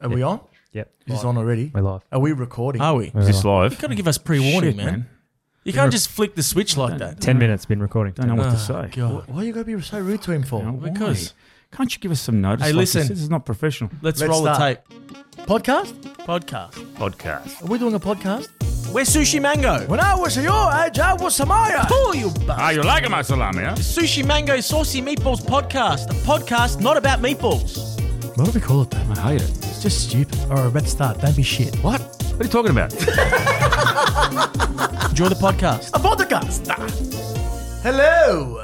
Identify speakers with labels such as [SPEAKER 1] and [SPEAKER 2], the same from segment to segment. [SPEAKER 1] Are we on?
[SPEAKER 2] Yep.
[SPEAKER 1] Is this on already?
[SPEAKER 2] We're live.
[SPEAKER 1] Are we recording?
[SPEAKER 3] Are we?
[SPEAKER 2] We're
[SPEAKER 4] Is
[SPEAKER 3] You
[SPEAKER 4] this live?
[SPEAKER 3] gotta give us pre-warning,
[SPEAKER 2] Shit,
[SPEAKER 3] man. You can't just flick the switch like that.
[SPEAKER 2] 10 minutes been recording.
[SPEAKER 4] Don't know what
[SPEAKER 3] Oh,
[SPEAKER 4] to say.
[SPEAKER 3] God.
[SPEAKER 1] Why you gotta be so rude to him for?
[SPEAKER 4] You know, why?
[SPEAKER 3] Because-
[SPEAKER 4] Can't you give us some notice?
[SPEAKER 3] Hey,
[SPEAKER 4] like this?
[SPEAKER 3] listen.
[SPEAKER 4] This is not professional.
[SPEAKER 3] Let's,
[SPEAKER 1] Let's
[SPEAKER 3] roll
[SPEAKER 1] start.
[SPEAKER 3] the tape.
[SPEAKER 1] Podcast?
[SPEAKER 3] Podcast.
[SPEAKER 4] Podcast.
[SPEAKER 1] Are we doing a podcast?
[SPEAKER 3] We're Sushi Mango.
[SPEAKER 1] When I was your age, I was Samaya.
[SPEAKER 3] Oh, you
[SPEAKER 4] Are
[SPEAKER 3] bastard.
[SPEAKER 4] you liking my salami, huh?
[SPEAKER 3] Sushi Mango Saucy Meatballs Podcast. A podcast not about meatballs.
[SPEAKER 1] Why do we call it that?
[SPEAKER 4] I hate it.
[SPEAKER 1] It's just stupid. All right, let's start. Don't be shit.
[SPEAKER 4] What? What are you talking about?
[SPEAKER 3] Enjoy the podcast.
[SPEAKER 1] A podcast. Hello.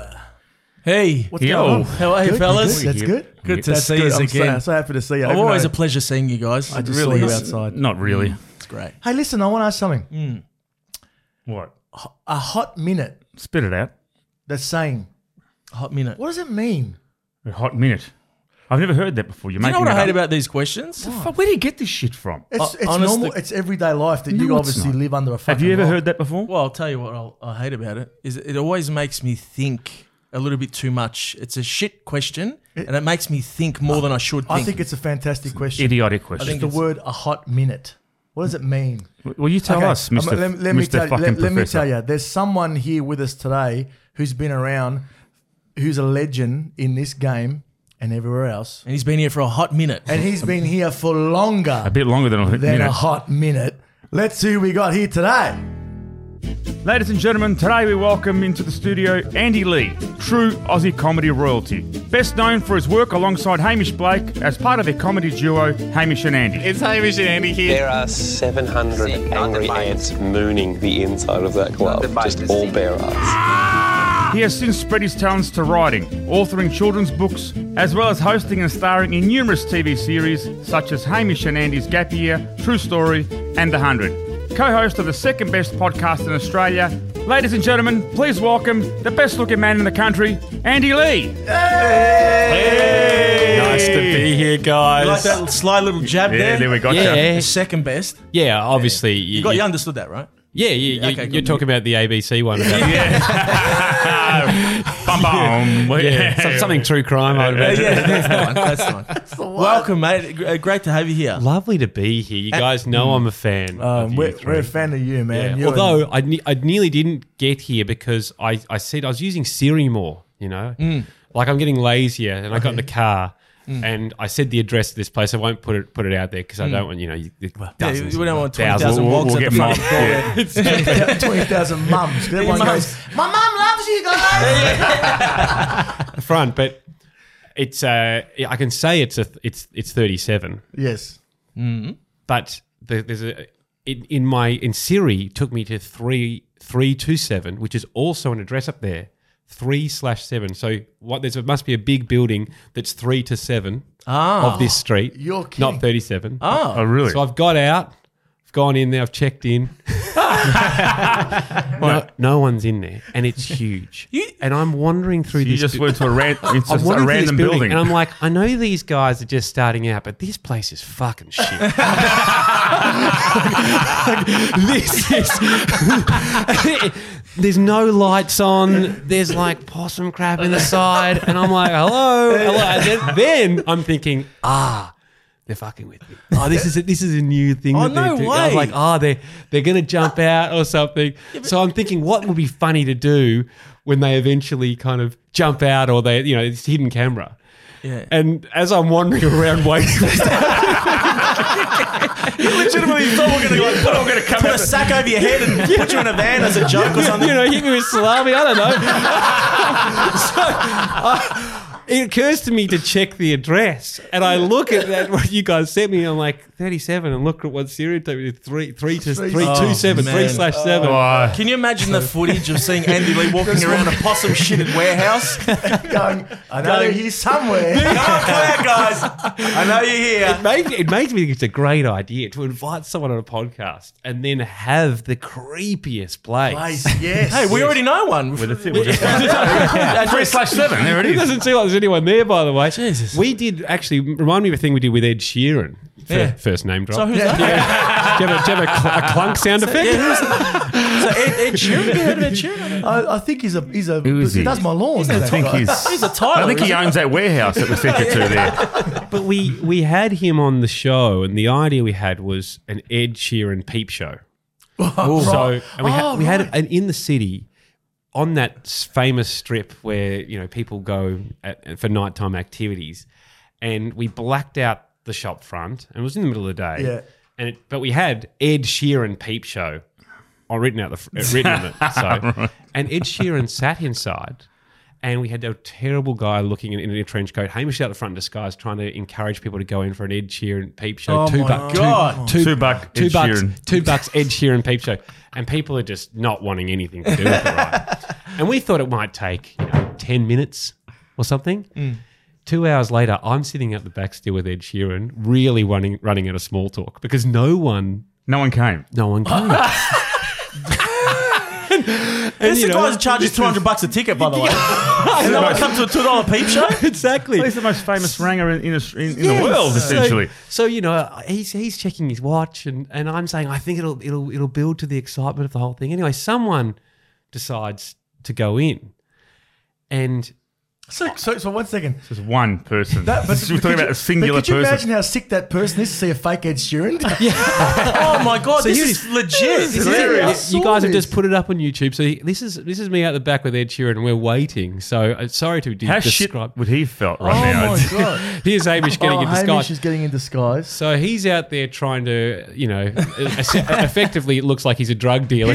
[SPEAKER 3] Hey.
[SPEAKER 1] What's
[SPEAKER 4] Yo.
[SPEAKER 1] going on?
[SPEAKER 3] How are you,
[SPEAKER 1] Good,
[SPEAKER 3] fellas?
[SPEAKER 1] you Good? That's good.
[SPEAKER 3] Good to
[SPEAKER 1] That's
[SPEAKER 3] see
[SPEAKER 1] good.
[SPEAKER 3] us
[SPEAKER 1] I'm so-
[SPEAKER 3] again.
[SPEAKER 1] I'm so happy to see you.
[SPEAKER 3] I'm
[SPEAKER 1] Even
[SPEAKER 3] always
[SPEAKER 1] though
[SPEAKER 3] a pleasure seeing you guys.
[SPEAKER 1] I just
[SPEAKER 3] really
[SPEAKER 1] saw you
[SPEAKER 3] is.
[SPEAKER 1] outside.
[SPEAKER 4] not really.
[SPEAKER 3] It's great.
[SPEAKER 1] Hey, listen, I want to ask something.
[SPEAKER 4] What?
[SPEAKER 1] A hot minute.
[SPEAKER 4] Spit it out.
[SPEAKER 1] That's saying,
[SPEAKER 3] Hot minute.
[SPEAKER 1] what does it mean?
[SPEAKER 4] A hot minute. I've never heard that before. You're
[SPEAKER 3] You know
[SPEAKER 4] making
[SPEAKER 3] what I hate
[SPEAKER 4] it up.
[SPEAKER 3] about these questions?
[SPEAKER 4] Fuck, Where do you get this shit from?
[SPEAKER 1] It's,
[SPEAKER 3] Uh,
[SPEAKER 1] it's
[SPEAKER 3] honest
[SPEAKER 1] normal.
[SPEAKER 3] to-
[SPEAKER 1] It's everyday life that
[SPEAKER 4] No,
[SPEAKER 1] you
[SPEAKER 4] it's
[SPEAKER 1] obviously
[SPEAKER 4] not.
[SPEAKER 1] live under a fucking
[SPEAKER 4] Have you ever
[SPEAKER 1] rock.
[SPEAKER 4] heard that before?
[SPEAKER 3] Well, I'll tell you what I'll, I hate about it is it always makes me think a little bit too much. It's a shit question, and it makes me think more than I should. Think.
[SPEAKER 1] I think it's a fantastic question.
[SPEAKER 4] Idiotic
[SPEAKER 3] I
[SPEAKER 4] question.
[SPEAKER 3] think
[SPEAKER 1] the
[SPEAKER 3] it's-
[SPEAKER 1] word a hot minute. What does it mean?
[SPEAKER 4] Well, you tell
[SPEAKER 1] Okay,
[SPEAKER 4] us,
[SPEAKER 1] um,
[SPEAKER 4] Mister.
[SPEAKER 1] Let, let me
[SPEAKER 4] Mister
[SPEAKER 1] tell,
[SPEAKER 4] fucking
[SPEAKER 1] let, let
[SPEAKER 4] professor.
[SPEAKER 1] me tell you, there's someone here with us today who's been around, who's a legend in this game and everywhere else,
[SPEAKER 3] and he's been here for a hot minute.
[SPEAKER 1] and he's been here for longer
[SPEAKER 4] A bit longer than a hot
[SPEAKER 1] than
[SPEAKER 4] minute.
[SPEAKER 1] a hot minute. Let's see who we got here today.
[SPEAKER 4] Ladies and gentlemen, today we welcome into the studio Andy Lee, true Aussie comedy royalty. Best known for his work alongside Hamish Blake as part of their comedy duo Hamish and Andy.
[SPEAKER 5] It's Hamish and Andy here.
[SPEAKER 6] There are 700
[SPEAKER 7] See, not
[SPEAKER 6] angry
[SPEAKER 7] the
[SPEAKER 6] ants mooning the inside of that club.
[SPEAKER 7] the
[SPEAKER 6] Just
[SPEAKER 7] bite,
[SPEAKER 6] all
[SPEAKER 7] see.
[SPEAKER 6] bare ants.
[SPEAKER 4] He has since spread his talents to writing, authoring children's books, as well as hosting and starring in numerous TV series such as Hamish and Andy's Gap Year, True Story, and The Hundred. Co host of the second best podcast in Australia, ladies and gentlemen, please welcome the best looking man in the country, Andy Lee.
[SPEAKER 5] Nice to be here, guys.
[SPEAKER 3] You like that sly little jab
[SPEAKER 4] Yeah,
[SPEAKER 3] there?
[SPEAKER 4] there we go.
[SPEAKER 5] Yeah.
[SPEAKER 3] The second best.
[SPEAKER 5] Yeah, obviously. You,
[SPEAKER 3] You got
[SPEAKER 5] you-
[SPEAKER 3] you understood that right?
[SPEAKER 5] yeah, you, you,
[SPEAKER 3] Okay,
[SPEAKER 5] you're
[SPEAKER 3] good.
[SPEAKER 5] talking about the ABC one. About, yeah,
[SPEAKER 4] Bum bum.
[SPEAKER 5] some- something true crime. I would
[SPEAKER 3] Uh,
[SPEAKER 5] imagine.
[SPEAKER 3] yeah, that's the one. That's the one. Welcome, mate. G- uh, Great to have you here.
[SPEAKER 5] Lovely to be here. You guys know I'm a fan. of
[SPEAKER 1] Um,
[SPEAKER 5] you
[SPEAKER 1] we're,
[SPEAKER 5] three.
[SPEAKER 1] we're a fan of you, man.
[SPEAKER 5] Yeah.
[SPEAKER 1] You
[SPEAKER 5] Although I, ne- I nearly didn't get here because I, I said I was using Siri more, you know? Like I'm getting lazier and I got in the car and I said the address of this place. I won't put it put it out there because I don't want, you know, you, the
[SPEAKER 3] Yeah,
[SPEAKER 5] dozens
[SPEAKER 3] we don't
[SPEAKER 5] and
[SPEAKER 3] want twenty
[SPEAKER 5] thousands.
[SPEAKER 3] thousand
[SPEAKER 4] We'll-
[SPEAKER 3] wogs
[SPEAKER 4] we'll
[SPEAKER 3] at
[SPEAKER 4] get
[SPEAKER 3] the front
[SPEAKER 4] mobbed,
[SPEAKER 3] door.
[SPEAKER 4] yeah.
[SPEAKER 1] and twenty thousand mums. That one
[SPEAKER 3] Mums.
[SPEAKER 1] goes, my mum loves you guys.
[SPEAKER 5] front, but it's uh, I can say it's a it's it's 37,
[SPEAKER 1] yes.
[SPEAKER 5] but the, there's a in, in my in Siri took me to three three two seven, which is also an address up there, three slash seven. So what there's it must be a big building that's three to seven
[SPEAKER 3] Ah.
[SPEAKER 5] of this street,
[SPEAKER 1] You're kidding.
[SPEAKER 5] not 37.
[SPEAKER 4] Oh, really?
[SPEAKER 5] So I've got out, I've gone in there, I've checked in. no, no one's in there, and it's huge.
[SPEAKER 3] You-
[SPEAKER 5] and I'm wandering through
[SPEAKER 4] you
[SPEAKER 5] this.
[SPEAKER 4] just
[SPEAKER 5] bu-
[SPEAKER 4] went to a, ran- it's
[SPEAKER 5] I'm
[SPEAKER 4] just a
[SPEAKER 5] wandering through this
[SPEAKER 4] random building.
[SPEAKER 5] and I'm like, I know these guys are just starting out, but this place is fucking shit. this is. there's no lights on. There's like possum crap in the side, and I'm like, hello, hello. And then, then I'm thinking, ah. They're fucking with me. Oh, this is a, this is a new thing.
[SPEAKER 3] Oh,
[SPEAKER 5] that they're
[SPEAKER 3] no
[SPEAKER 5] doing. I was
[SPEAKER 3] way.
[SPEAKER 5] like, oh, they they're gonna jump out or something. so I'm thinking, what would be funny to do when they eventually kind of jump out or they, you know, it's hidden camera.
[SPEAKER 3] Yeah.
[SPEAKER 5] And as I'm wandering around waiting,
[SPEAKER 3] Legitimately, you thought we were going to like, put, going to come put a sack over your head and put you in a van as a joke or something.
[SPEAKER 5] you know, hit me with salami. I don't know. so I- uh, it occurs to me to check the address, and I look at that what you guys sent me. And I'm like 37, and look at what Siri told me three three to
[SPEAKER 1] Three-
[SPEAKER 5] three two seven
[SPEAKER 3] Oh,
[SPEAKER 5] three
[SPEAKER 3] man.
[SPEAKER 5] slash seven.
[SPEAKER 4] Why?
[SPEAKER 3] Can you imagine the footage of seeing Andy Lee walking around a possum shitted warehouse? Come
[SPEAKER 1] Going, I know you're here somewhere.
[SPEAKER 3] out, guys. I know you're here.
[SPEAKER 5] It makes, it makes me think it's a great idea to invite someone on a podcast and then have the creepiest place.
[SPEAKER 1] Place, yes.
[SPEAKER 3] Hey, we already know one.
[SPEAKER 4] Well, that's it. We'll just-
[SPEAKER 3] Three
[SPEAKER 4] slash seven. There it
[SPEAKER 5] It
[SPEAKER 4] is.
[SPEAKER 5] doesn't seem like there's anyone there, by the way.
[SPEAKER 3] Jesus.
[SPEAKER 5] We did actually remind me of a thing we did with Ed Sheeran. Fir-
[SPEAKER 3] Yeah.
[SPEAKER 5] First name drop.
[SPEAKER 3] So who's that?
[SPEAKER 5] do you have, a, do you have a, cl- a clunk sound effect?
[SPEAKER 3] So Ed, Ed Sheeran, you heard of Ed Sheeran?
[SPEAKER 1] I, I think he's a he's a
[SPEAKER 4] Who is
[SPEAKER 1] he
[SPEAKER 4] he?
[SPEAKER 1] does my lawn.
[SPEAKER 4] I think he's.
[SPEAKER 3] He's a
[SPEAKER 4] I
[SPEAKER 3] Tyler.
[SPEAKER 4] think he
[SPEAKER 3] isn't
[SPEAKER 4] owns that warehouse that we sent you to there.
[SPEAKER 5] but we we had him on the show, and the idea we had was an Ed Sheeran peep show. So and we, had,
[SPEAKER 1] Oh,
[SPEAKER 5] we had an in the city on that s- famous strip where you know people go at, for nighttime activities, and we blacked out the shop front, and it was in the middle of the day.
[SPEAKER 1] Yeah.
[SPEAKER 5] And it, but we had Ed Sheeran peep show, on written out the fr- uh, written on it. So, and Ed Sheeran sat inside. And we had a terrible guy looking in, in a trench coat, Hamish out the front in disguise, trying to encourage people to go in for an Ed Sheeran peep show.
[SPEAKER 1] Oh
[SPEAKER 5] Two
[SPEAKER 1] my
[SPEAKER 5] buck,
[SPEAKER 1] God.
[SPEAKER 5] two,
[SPEAKER 4] Two buck
[SPEAKER 5] two
[SPEAKER 4] Ed
[SPEAKER 5] bucks,
[SPEAKER 4] Sheeran.
[SPEAKER 5] two bucks Ed Sheeran peep show, and people are just not wanting anything to do with it, right? And we thought it might take you know ten minutes or something.
[SPEAKER 1] Mm.
[SPEAKER 5] Two hours later, I'm sitting at the back still with Ed Sheeran, really running running out of small talk because no one,
[SPEAKER 4] No one came.
[SPEAKER 5] no one came. and,
[SPEAKER 3] This
[SPEAKER 5] you
[SPEAKER 3] the
[SPEAKER 5] know,
[SPEAKER 3] guy that charges two hundred bucks a ticket, by the way. and no one comes to a two dollar peep show.
[SPEAKER 5] exactly.
[SPEAKER 4] He's the most famous ranger in, in, Aus- in, in the
[SPEAKER 5] Yes.
[SPEAKER 4] world,
[SPEAKER 5] So-
[SPEAKER 4] essentially.
[SPEAKER 5] So, you know, he's he's checking his watch, and, and I'm saying I think it'll it'll it'll build to the excitement of the whole thing. Anyway, someone decides to go in, and
[SPEAKER 1] So, so, so one second.
[SPEAKER 4] Just one person.
[SPEAKER 1] That, but
[SPEAKER 4] We're talking
[SPEAKER 1] could
[SPEAKER 4] about
[SPEAKER 1] you-
[SPEAKER 4] a singular
[SPEAKER 1] but could you
[SPEAKER 4] person.
[SPEAKER 1] imagine how sick that person is to see a fake Ed Sheeran?
[SPEAKER 3] Oh my god,
[SPEAKER 5] So
[SPEAKER 3] this
[SPEAKER 5] here it
[SPEAKER 3] is
[SPEAKER 5] is.
[SPEAKER 3] legit.
[SPEAKER 1] This is
[SPEAKER 3] This is-
[SPEAKER 1] hilarious. I
[SPEAKER 5] you
[SPEAKER 1] saw
[SPEAKER 5] guys have
[SPEAKER 1] this.
[SPEAKER 5] just put it up on YouTube. So he- this is this is me out the back with Ed Sheeran, and we're waiting. So uh, sorry to de-
[SPEAKER 4] How shit
[SPEAKER 5] describe.
[SPEAKER 4] would he felt right now?
[SPEAKER 1] Oh god!
[SPEAKER 5] Here's Hamish getting
[SPEAKER 1] oh,
[SPEAKER 5] in disguise.
[SPEAKER 1] Hamish is getting in disguise.
[SPEAKER 5] so he's out there trying to, you know, es- effectively it looks like he's a drug dealer.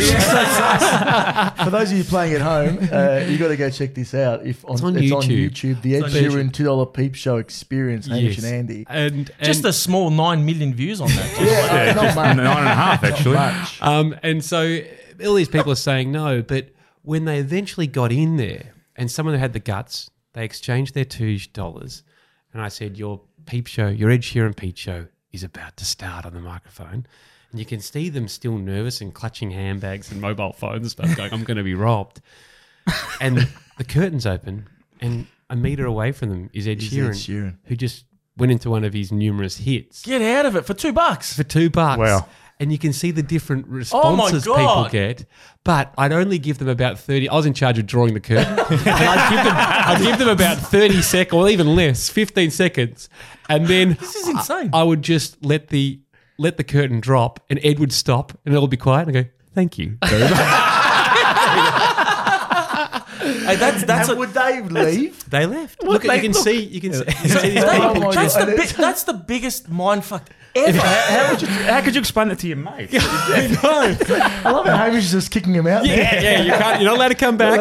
[SPEAKER 1] For those of you playing at home, uh, you got to go check this out. If on, it's
[SPEAKER 5] on YouTube.
[SPEAKER 1] YouTube, the Ed
[SPEAKER 3] on
[SPEAKER 1] Sheeran two dollar peep show experience, Hamish
[SPEAKER 5] Yes.
[SPEAKER 1] and Andy.
[SPEAKER 5] And, and
[SPEAKER 3] Just a small nine million views on that.
[SPEAKER 1] Yeah, uh,
[SPEAKER 4] Yeah,
[SPEAKER 1] not
[SPEAKER 4] just
[SPEAKER 1] much.
[SPEAKER 4] nine and a half, actually.
[SPEAKER 1] much.
[SPEAKER 5] Um, and so all these people are saying no, but when they eventually got in there and someone who had the guts, they exchanged their two dollars. And I said, Your peep show, your Ed Sheeran peep show is about to start on the microphone. And you can see them still nervous and clutching handbags and mobile phones and stuff, going, I'm going to be robbed. And the curtains open, and a meter away from them is Ed,
[SPEAKER 1] Is Ed
[SPEAKER 5] Sheeran,
[SPEAKER 1] Sheeran.
[SPEAKER 5] who just went into one of his numerous hits
[SPEAKER 3] Get out of it for two bucks.
[SPEAKER 5] for two bucks.
[SPEAKER 4] Wow.
[SPEAKER 5] And you can see the different
[SPEAKER 3] Oh my
[SPEAKER 5] responses people
[SPEAKER 3] God.
[SPEAKER 5] get. But I'd only give them about 30. I was in charge of drawing the curtain. and I'd give, them, I'd give them about 30 seconds, or even less, 15 seconds. And then
[SPEAKER 3] This is insane.
[SPEAKER 5] I would just let the let the curtain drop and Ed would stop and it'll be quiet and I go, thank you. very much."
[SPEAKER 3] Hey, that's that's a,
[SPEAKER 1] And would they leave?
[SPEAKER 5] they left. Look,
[SPEAKER 3] they-
[SPEAKER 5] you can
[SPEAKER 3] look.
[SPEAKER 5] see, you can see, you see these
[SPEAKER 1] Oh
[SPEAKER 5] people
[SPEAKER 1] my
[SPEAKER 5] just
[SPEAKER 3] that's,
[SPEAKER 1] God.
[SPEAKER 3] the bi- that's the biggest mindfuck ever.
[SPEAKER 4] How, would you, how could you explain that to your mate?
[SPEAKER 1] I love how Hamish is just kicking him out. there.
[SPEAKER 5] yeah, yeah, you can't, you're not allowed to come back.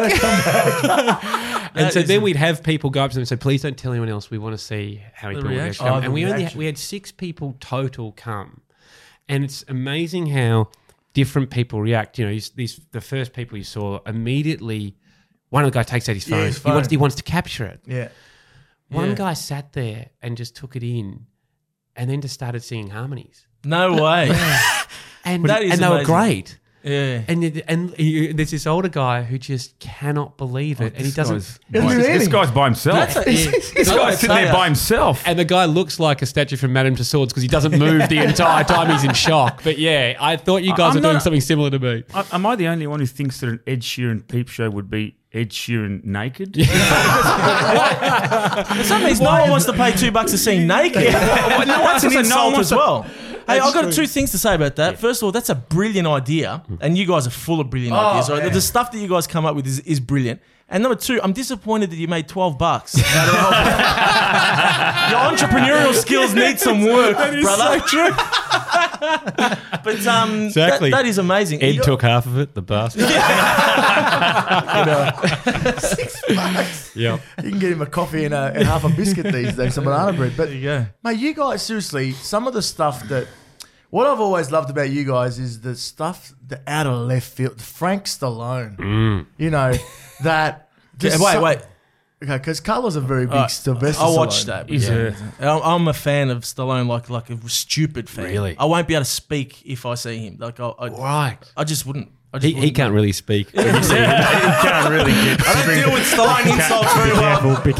[SPEAKER 5] and so then we'd have people go up to them and say, "Please don't tell anyone else. We want to see how many
[SPEAKER 3] The
[SPEAKER 5] people would
[SPEAKER 3] reaction.
[SPEAKER 5] actually come."
[SPEAKER 1] Oh,
[SPEAKER 5] and
[SPEAKER 1] the
[SPEAKER 5] we only
[SPEAKER 1] reaction.
[SPEAKER 5] we had six people total come, and it's amazing how different people react. You know, you s- these the first people you saw immediately. One of the guy takes out his phone.
[SPEAKER 1] his
[SPEAKER 5] He wants
[SPEAKER 1] phone.
[SPEAKER 5] he wants to capture it.
[SPEAKER 1] yeah.
[SPEAKER 5] One
[SPEAKER 3] Yeah.
[SPEAKER 5] guy sat there and just took it in, and then just started singing harmonies.
[SPEAKER 3] No way.
[SPEAKER 5] And,
[SPEAKER 3] That is
[SPEAKER 5] and they were
[SPEAKER 3] amazing.
[SPEAKER 5] great.
[SPEAKER 3] Yeah.
[SPEAKER 5] And it- and you, there's this older guy who just cannot believe it, and he doesn't.
[SPEAKER 1] Isn't it
[SPEAKER 4] This
[SPEAKER 1] anything?
[SPEAKER 4] Oh, guy's by himself.
[SPEAKER 3] That's a,
[SPEAKER 4] this guy's sitting there by himself.
[SPEAKER 5] And the guy looks like a statue from Madame Tussauds because he doesn't move the entire time he's in shock. But yeah, I thought you guys
[SPEAKER 4] I'm
[SPEAKER 5] were doing
[SPEAKER 4] not-
[SPEAKER 5] something similar to me.
[SPEAKER 4] I- Am I the only one who thinks that an Ed Sheeran peep show would be Ed Sheeran naked?
[SPEAKER 3] For some reason, no one wants to pay two bucks to see naked. no, that's an
[SPEAKER 4] an
[SPEAKER 3] insult
[SPEAKER 4] insult
[SPEAKER 3] as well. Hey, I've got two things to say about that. First of all, that's a brilliant idea, and you guys are full of
[SPEAKER 1] Oh,
[SPEAKER 3] brilliant ideas. Right? The- The stuff that you guys come up with is, is brilliant. And number two, I'm disappointed that you made 12 bucks. Your entrepreneurial skills need some work, brother. true. but um,
[SPEAKER 5] Exactly.
[SPEAKER 3] that, that is amazing. You-
[SPEAKER 5] half of it, the bastard. yeah.
[SPEAKER 1] You can get him a coffee and, a, and half a biscuit these days, some banana bread. But
[SPEAKER 3] you go.
[SPEAKER 1] mate, you guys seriously, some of the stuff that what I've always loved about you guys is the stuff the out of left field, Frank Stallone. You know that.
[SPEAKER 3] Yeah,
[SPEAKER 1] just
[SPEAKER 3] wait,
[SPEAKER 1] some-
[SPEAKER 3] wait.
[SPEAKER 1] Okay, because Carlos a very big
[SPEAKER 3] Uh,
[SPEAKER 1] Sylvester.
[SPEAKER 3] I watched
[SPEAKER 1] Stallone.
[SPEAKER 3] that.
[SPEAKER 4] uh,
[SPEAKER 3] Yeah. I'm I'm a fan of Stallone, like like a stupid fan.
[SPEAKER 5] Really?
[SPEAKER 3] I won't be able to speak if I see him. Like I, I,
[SPEAKER 5] Right.
[SPEAKER 3] I just wouldn't. I just
[SPEAKER 5] He, he
[SPEAKER 3] wouldn't.
[SPEAKER 5] can't really speak. But
[SPEAKER 4] can't really get.
[SPEAKER 3] I don't deal with Stallone insults very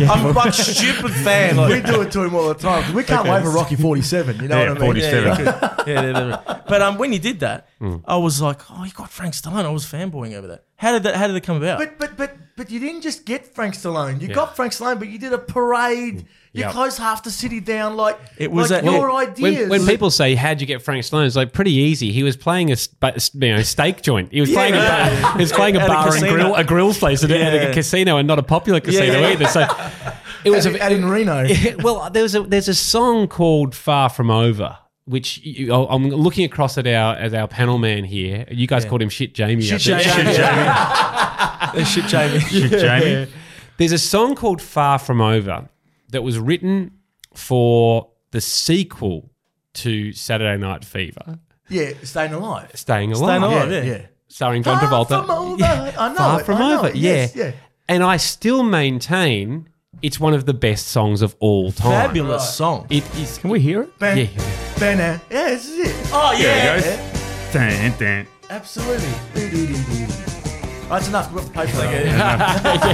[SPEAKER 3] well. I'm like stupid fan.
[SPEAKER 1] We
[SPEAKER 3] Like,
[SPEAKER 1] do it to him all the time. We can't wait for Rocky Forty Seven. You know
[SPEAKER 4] Yeah,
[SPEAKER 1] what I mean?
[SPEAKER 4] 47.
[SPEAKER 3] yeah, yeah, yeah, yeah. But um, when you did
[SPEAKER 5] Hmm.
[SPEAKER 3] that, I was like, oh, you got Frank Stallone. I was fanboying over that. How did that? How did it come about?
[SPEAKER 1] But but but But you didn't just get Frank Stallone. You got Frank Stallone, but you did a parade. You
[SPEAKER 5] Yeah.
[SPEAKER 1] closed half the city down. Like
[SPEAKER 3] It was
[SPEAKER 1] like
[SPEAKER 3] a-
[SPEAKER 1] your
[SPEAKER 3] Well,
[SPEAKER 1] ideas.
[SPEAKER 5] When, when people say how'd you get Frank Stallone, it's like pretty easy. He was playing a sp- you know steak joint. He was playing a he was playing a
[SPEAKER 3] At a
[SPEAKER 5] bar and
[SPEAKER 3] casino.
[SPEAKER 5] grill a grill place at, a- at a
[SPEAKER 3] Yeah.
[SPEAKER 5] casino and not a popular casino
[SPEAKER 3] yeah.
[SPEAKER 5] either. So it was
[SPEAKER 1] out in, out in Reno,
[SPEAKER 5] well, there's a there's a song called "Far From Over," which you, oh, I'm looking across at our at our panel man here. You guys called him Shit Jamie. I think.
[SPEAKER 3] shit, Jamie.
[SPEAKER 4] Jamie.
[SPEAKER 5] There's a song called "Far From Over" that was written for the sequel to Saturday Night Fever,
[SPEAKER 1] yeah, staying alive.
[SPEAKER 5] "Staying Alive,"
[SPEAKER 3] Staying Alive,
[SPEAKER 1] yeah,
[SPEAKER 3] yeah.
[SPEAKER 1] yeah.
[SPEAKER 5] starring John
[SPEAKER 1] Far
[SPEAKER 5] Travolta.
[SPEAKER 1] from over. I know
[SPEAKER 5] Far
[SPEAKER 1] it,
[SPEAKER 5] From
[SPEAKER 1] I know
[SPEAKER 5] Over,
[SPEAKER 1] it. Yes,
[SPEAKER 5] yeah.
[SPEAKER 1] yeah.
[SPEAKER 5] And I still maintain it's one of the best songs of all time.
[SPEAKER 3] Fabulous song.
[SPEAKER 5] It is. Can we hear it?
[SPEAKER 1] Ben,
[SPEAKER 5] Yeah.
[SPEAKER 1] Ben, uh, yeah, this is it.
[SPEAKER 3] Oh,
[SPEAKER 4] There
[SPEAKER 3] yeah.
[SPEAKER 4] it goes. Dun, dun.
[SPEAKER 1] Absolutely. Oh, That's enough. We've got to pay for that.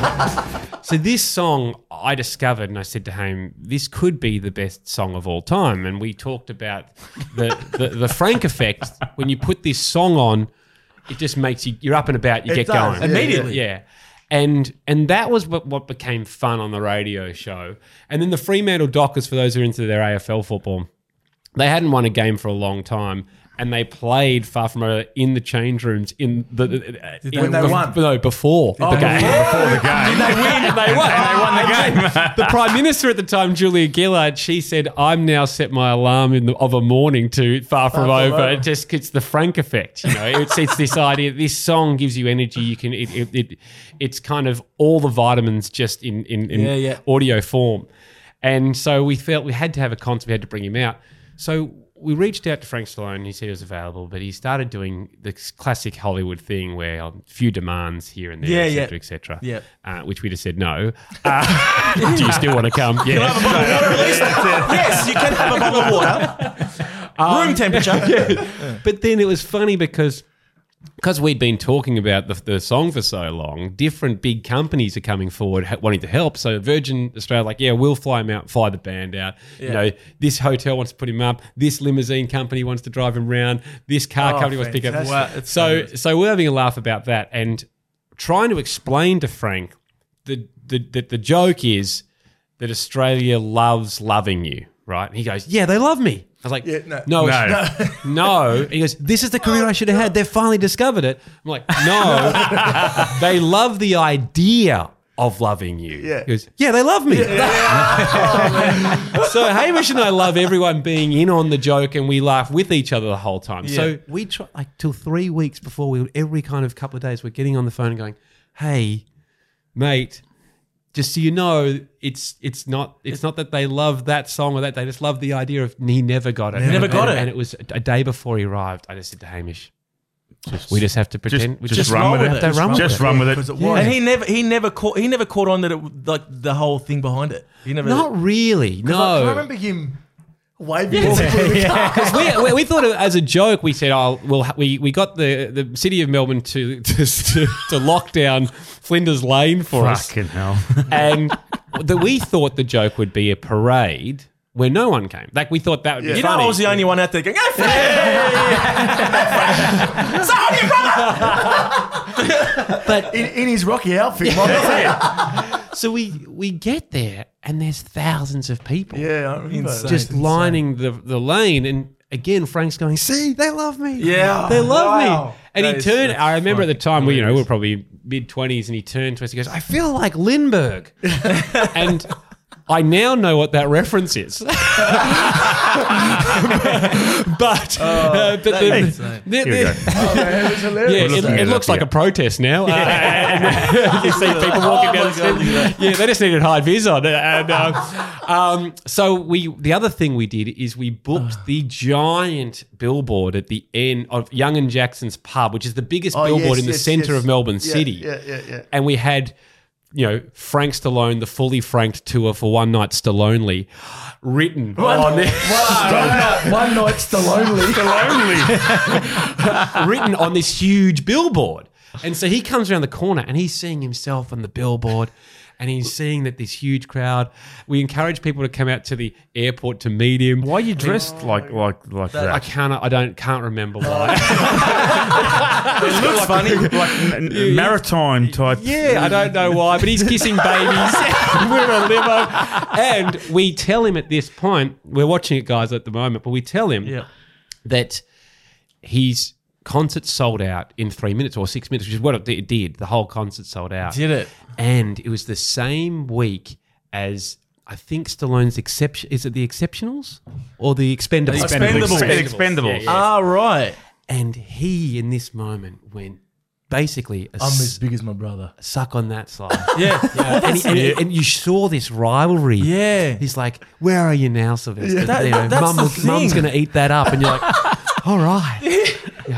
[SPEAKER 5] So this song I discovered, and I said to Haim, "This could be the best song of all time." And we talked about the the, the Frank effect when you put this song on, it just makes you you're up and about, you
[SPEAKER 1] It
[SPEAKER 5] get
[SPEAKER 1] does,
[SPEAKER 5] going
[SPEAKER 1] yeah,
[SPEAKER 3] Immediately.
[SPEAKER 5] yeah. And and that was what, what became fun on the radio show. And then the Fremantle Dockers, for those who are into their AFL football, they hadn't won a game for a long time. And they played Far From Over in the change rooms in the. in
[SPEAKER 1] When they
[SPEAKER 5] the-
[SPEAKER 1] won?
[SPEAKER 5] No, before
[SPEAKER 1] Oh,
[SPEAKER 5] the game.
[SPEAKER 4] Before the game.
[SPEAKER 5] They win. They won. they won the game. the prime minister at the time, Julia Gillard, she said, "I'm now set my alarm in the, of a morning to far from over."
[SPEAKER 1] Over.
[SPEAKER 5] It just it's the Frank effect, you know. It's it's this idea. This song gives you energy. You can it it, it it's kind of all the vitamins just in in, in
[SPEAKER 3] Yeah, yeah.
[SPEAKER 5] audio form, and so we felt we had to have a concert. We had to bring him out. So. We reached out to Frank Stallone. He said he was available, but he started doing this classic Hollywood thing where um, a few demands here and there,
[SPEAKER 3] Yeah,
[SPEAKER 5] et
[SPEAKER 3] yeah.
[SPEAKER 5] cetera, et cetera
[SPEAKER 3] Yeah.
[SPEAKER 5] uh, which we just said no. Uh, do you still want to come? Yeah.
[SPEAKER 3] yes, you can have a bottle of water.
[SPEAKER 5] Um,
[SPEAKER 3] Room temperature.
[SPEAKER 5] But then it was funny because because we'd been talking about the, the song for so long, different big companies are coming forward ha- wanting to help. So Virgin Australia, like, yeah, we'll fly him out, fly the band out. You know, this hotel wants to put him up. This limousine company wants to drive him round. This car company wants to pick up.
[SPEAKER 1] Oh, fantastic. Wow,
[SPEAKER 5] so so we're having a laugh about that and trying to explain to Frank the the that the joke is that Australia loves loving you, right? And he goes, yeah, they love me. I was like,
[SPEAKER 1] Yeah, no.
[SPEAKER 5] no, it's-
[SPEAKER 4] No.
[SPEAKER 5] no. He goes, This is the career I should have had. They've finally discovered it. I'm like, No. they love the idea of loving you.
[SPEAKER 1] Yeah.
[SPEAKER 5] He goes, Yeah, they love me. so Hamish and I love everyone being in on the joke and we laugh with each other the whole time. So we try like till three weeks before we every kind of couple of days we're getting on the phone and going, Hey, mate. Just so you know, it's it's not it's not that they love that song or that they just love the idea of he never got it.
[SPEAKER 3] Never got
[SPEAKER 5] And-
[SPEAKER 3] it.
[SPEAKER 5] And it was a day before he arrived. I just said to Hamish, we just have to pretend. we
[SPEAKER 4] just run
[SPEAKER 5] roll
[SPEAKER 4] with it.
[SPEAKER 5] Have to
[SPEAKER 4] Just
[SPEAKER 5] run with
[SPEAKER 4] Just
[SPEAKER 5] it.
[SPEAKER 4] run with
[SPEAKER 1] Because
[SPEAKER 4] it.
[SPEAKER 1] it was.
[SPEAKER 3] And he never, he never caught, he never caught on that it like the whole thing behind it. He never.
[SPEAKER 5] Not really.
[SPEAKER 1] I
[SPEAKER 5] No.
[SPEAKER 1] remember him waving. all through the car.
[SPEAKER 5] Because we, we, we thought it as a joke, we said, "Oh, we'll ha- we we got the, the city of Melbourne to to, to, to lock down Flinders Lane for us,
[SPEAKER 4] Fucking hell.
[SPEAKER 5] and that we thought the joke would be a parade where no one came. Like we thought that would be
[SPEAKER 3] you know,
[SPEAKER 5] funny.
[SPEAKER 3] I was the only one out there going, "Hey, Frank!" so how do you brother?
[SPEAKER 1] in, in his Rocky outfit. Yeah,
[SPEAKER 5] so we we get there, and there's thousands of people.
[SPEAKER 1] yeah I remember. that.
[SPEAKER 5] just lining the, the lane. And again, Frank's going, see, they love me.
[SPEAKER 3] Yeah.
[SPEAKER 5] They love
[SPEAKER 3] Wow.
[SPEAKER 5] me. And
[SPEAKER 3] That
[SPEAKER 5] he
[SPEAKER 3] is-
[SPEAKER 5] turned,
[SPEAKER 3] that's
[SPEAKER 5] I remember at the
[SPEAKER 3] fucking
[SPEAKER 5] time, we, you know, we
[SPEAKER 3] hilarious.
[SPEAKER 5] were probably mid 20s, and he turned to us, he goes, I feel like Lindbergh. and I now know what that reference is. but uh, but, uh, but the-
[SPEAKER 3] Oh, insane.
[SPEAKER 5] the-
[SPEAKER 4] Here we go.
[SPEAKER 5] the-
[SPEAKER 1] Oh, man, it was hilarious.
[SPEAKER 5] yeah, it,
[SPEAKER 4] looking
[SPEAKER 5] it
[SPEAKER 4] at it
[SPEAKER 5] looks like
[SPEAKER 4] here.
[SPEAKER 5] a protest now. Uh, and- you see people walking down the
[SPEAKER 3] God,
[SPEAKER 5] street. Yeah, they just needed high vis on. And, uh, um, so we, the other thing we did is we booked the giant billboard at the end of Young and Jackson's pub, which is the biggest
[SPEAKER 1] Oh,
[SPEAKER 5] billboard
[SPEAKER 1] yes,
[SPEAKER 5] in the
[SPEAKER 1] yes,
[SPEAKER 5] centre
[SPEAKER 1] yes.
[SPEAKER 5] of Melbourne
[SPEAKER 1] Yeah,
[SPEAKER 5] City.
[SPEAKER 1] Yeah, yeah, yeah.
[SPEAKER 5] And we had. You know, Frank Stallone, the fully franked tour for One Night Stallonely, written on there.
[SPEAKER 1] Wow, one night, one night Stallone.
[SPEAKER 4] Lonely.
[SPEAKER 5] written on this huge billboard. And so he comes around the corner and he's seeing himself on the billboard. and he's seeing that this huge crowd. We encourage people to come out to the airport to meet him.
[SPEAKER 4] Why are you dressed like like like that?
[SPEAKER 5] I can't. I don't. Can't remember why.
[SPEAKER 3] It looks funny.
[SPEAKER 4] like n- n- maritime type.
[SPEAKER 5] yeah, I don't know why. But he's kissing babies. we're in a limo, and we tell him at this point. We're watching it, guys, at the moment. But we tell him.
[SPEAKER 3] Yeah.
[SPEAKER 5] that his concert sold out in three minutes or six minutes, which is what it di- it did. The whole concert sold out.
[SPEAKER 3] Did it?
[SPEAKER 5] And it was the same week as I think Stallone's exception. Is it the Exceptionals or the Expendables?
[SPEAKER 4] Expendables.
[SPEAKER 5] Expendables. Yeah,
[SPEAKER 4] Expendables.
[SPEAKER 5] yeah.
[SPEAKER 3] Ah, right.
[SPEAKER 5] And he, in this moment, went basically a
[SPEAKER 1] I'm as
[SPEAKER 5] s-
[SPEAKER 1] big as my brother.
[SPEAKER 5] suck on that slide.
[SPEAKER 3] Yeah. Well,
[SPEAKER 5] and,
[SPEAKER 3] that's
[SPEAKER 5] he- and, he-
[SPEAKER 3] it.
[SPEAKER 5] and you saw this rivalry.
[SPEAKER 3] Yeah.
[SPEAKER 5] He's like, "Where are you now, Sylvester?
[SPEAKER 3] That-
[SPEAKER 5] You know,
[SPEAKER 3] that's
[SPEAKER 5] Mum
[SPEAKER 3] the
[SPEAKER 5] was- Mum's
[SPEAKER 3] thing.
[SPEAKER 5] going to eat that up," and you're like, "All right."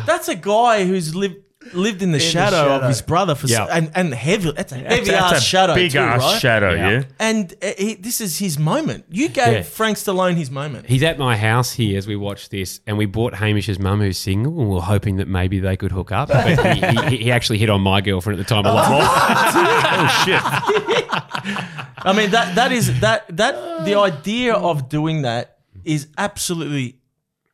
[SPEAKER 3] That's a guy who's lived lived in the, shadow, of
[SPEAKER 1] shadow.
[SPEAKER 3] his brother for s-
[SPEAKER 5] Yeah.
[SPEAKER 3] and and heavy. That's a heavy
[SPEAKER 4] That's- that's
[SPEAKER 3] ass
[SPEAKER 4] a
[SPEAKER 3] shadow,
[SPEAKER 4] Big
[SPEAKER 3] too,
[SPEAKER 4] ass
[SPEAKER 3] right?
[SPEAKER 4] shadow, yeah.
[SPEAKER 5] Yeah.
[SPEAKER 3] And uh, he, this is his moment. You gave
[SPEAKER 5] Yeah.
[SPEAKER 3] Frank Stallone his moment.
[SPEAKER 5] He's at my house here as we watch this, and we bought Hamish's mum who's single, and we are hoping that maybe they could hook up. But he, he, he actually hit on my girlfriend at the time a lot more.
[SPEAKER 4] oh shit!
[SPEAKER 3] I mean that that is that that the idea of doing that is absolutely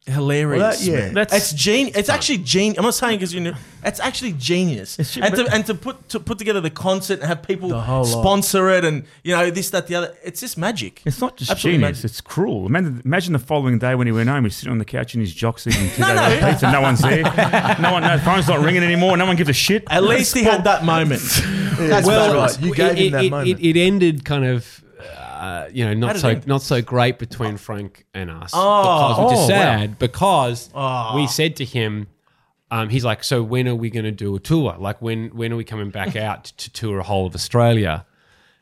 [SPEAKER 3] hilarious.
[SPEAKER 1] Well, that- yeah.
[SPEAKER 3] man.
[SPEAKER 4] That's-
[SPEAKER 3] it's genius. It's actually genius. I'm not saying because you know, it's actually genius. and to and to put to put together the concert and have people
[SPEAKER 1] whole lot.
[SPEAKER 3] sponsor it and you know this that the other. It's just magic.
[SPEAKER 4] It's not just
[SPEAKER 3] Absolutely
[SPEAKER 4] genius;
[SPEAKER 3] magic.
[SPEAKER 4] it's cruel. Imagine, imagine the following day when he went home, he's sitting on the couch in his jocks eating two
[SPEAKER 3] No,
[SPEAKER 4] days
[SPEAKER 3] no.
[SPEAKER 4] of pizza. No one's there. No one. No phone's not ringing anymore. No one gives a shit.
[SPEAKER 3] At least he had that moment. That's
[SPEAKER 1] well,
[SPEAKER 3] fabulous.
[SPEAKER 1] right. You gave
[SPEAKER 5] it,
[SPEAKER 1] him that
[SPEAKER 5] it,
[SPEAKER 1] moment.
[SPEAKER 5] It, it ended kind of, uh, you know,
[SPEAKER 3] How
[SPEAKER 5] not
[SPEAKER 3] did
[SPEAKER 5] so
[SPEAKER 3] it end?
[SPEAKER 5] not so great between Frank and us.
[SPEAKER 3] Oh.
[SPEAKER 5] because, which
[SPEAKER 3] Oh, wow. Oh.
[SPEAKER 5] is sad because we said to him. Um, he's like, so when are we going to do a tour? Like, when when are we coming back out to tour a whole of Australia?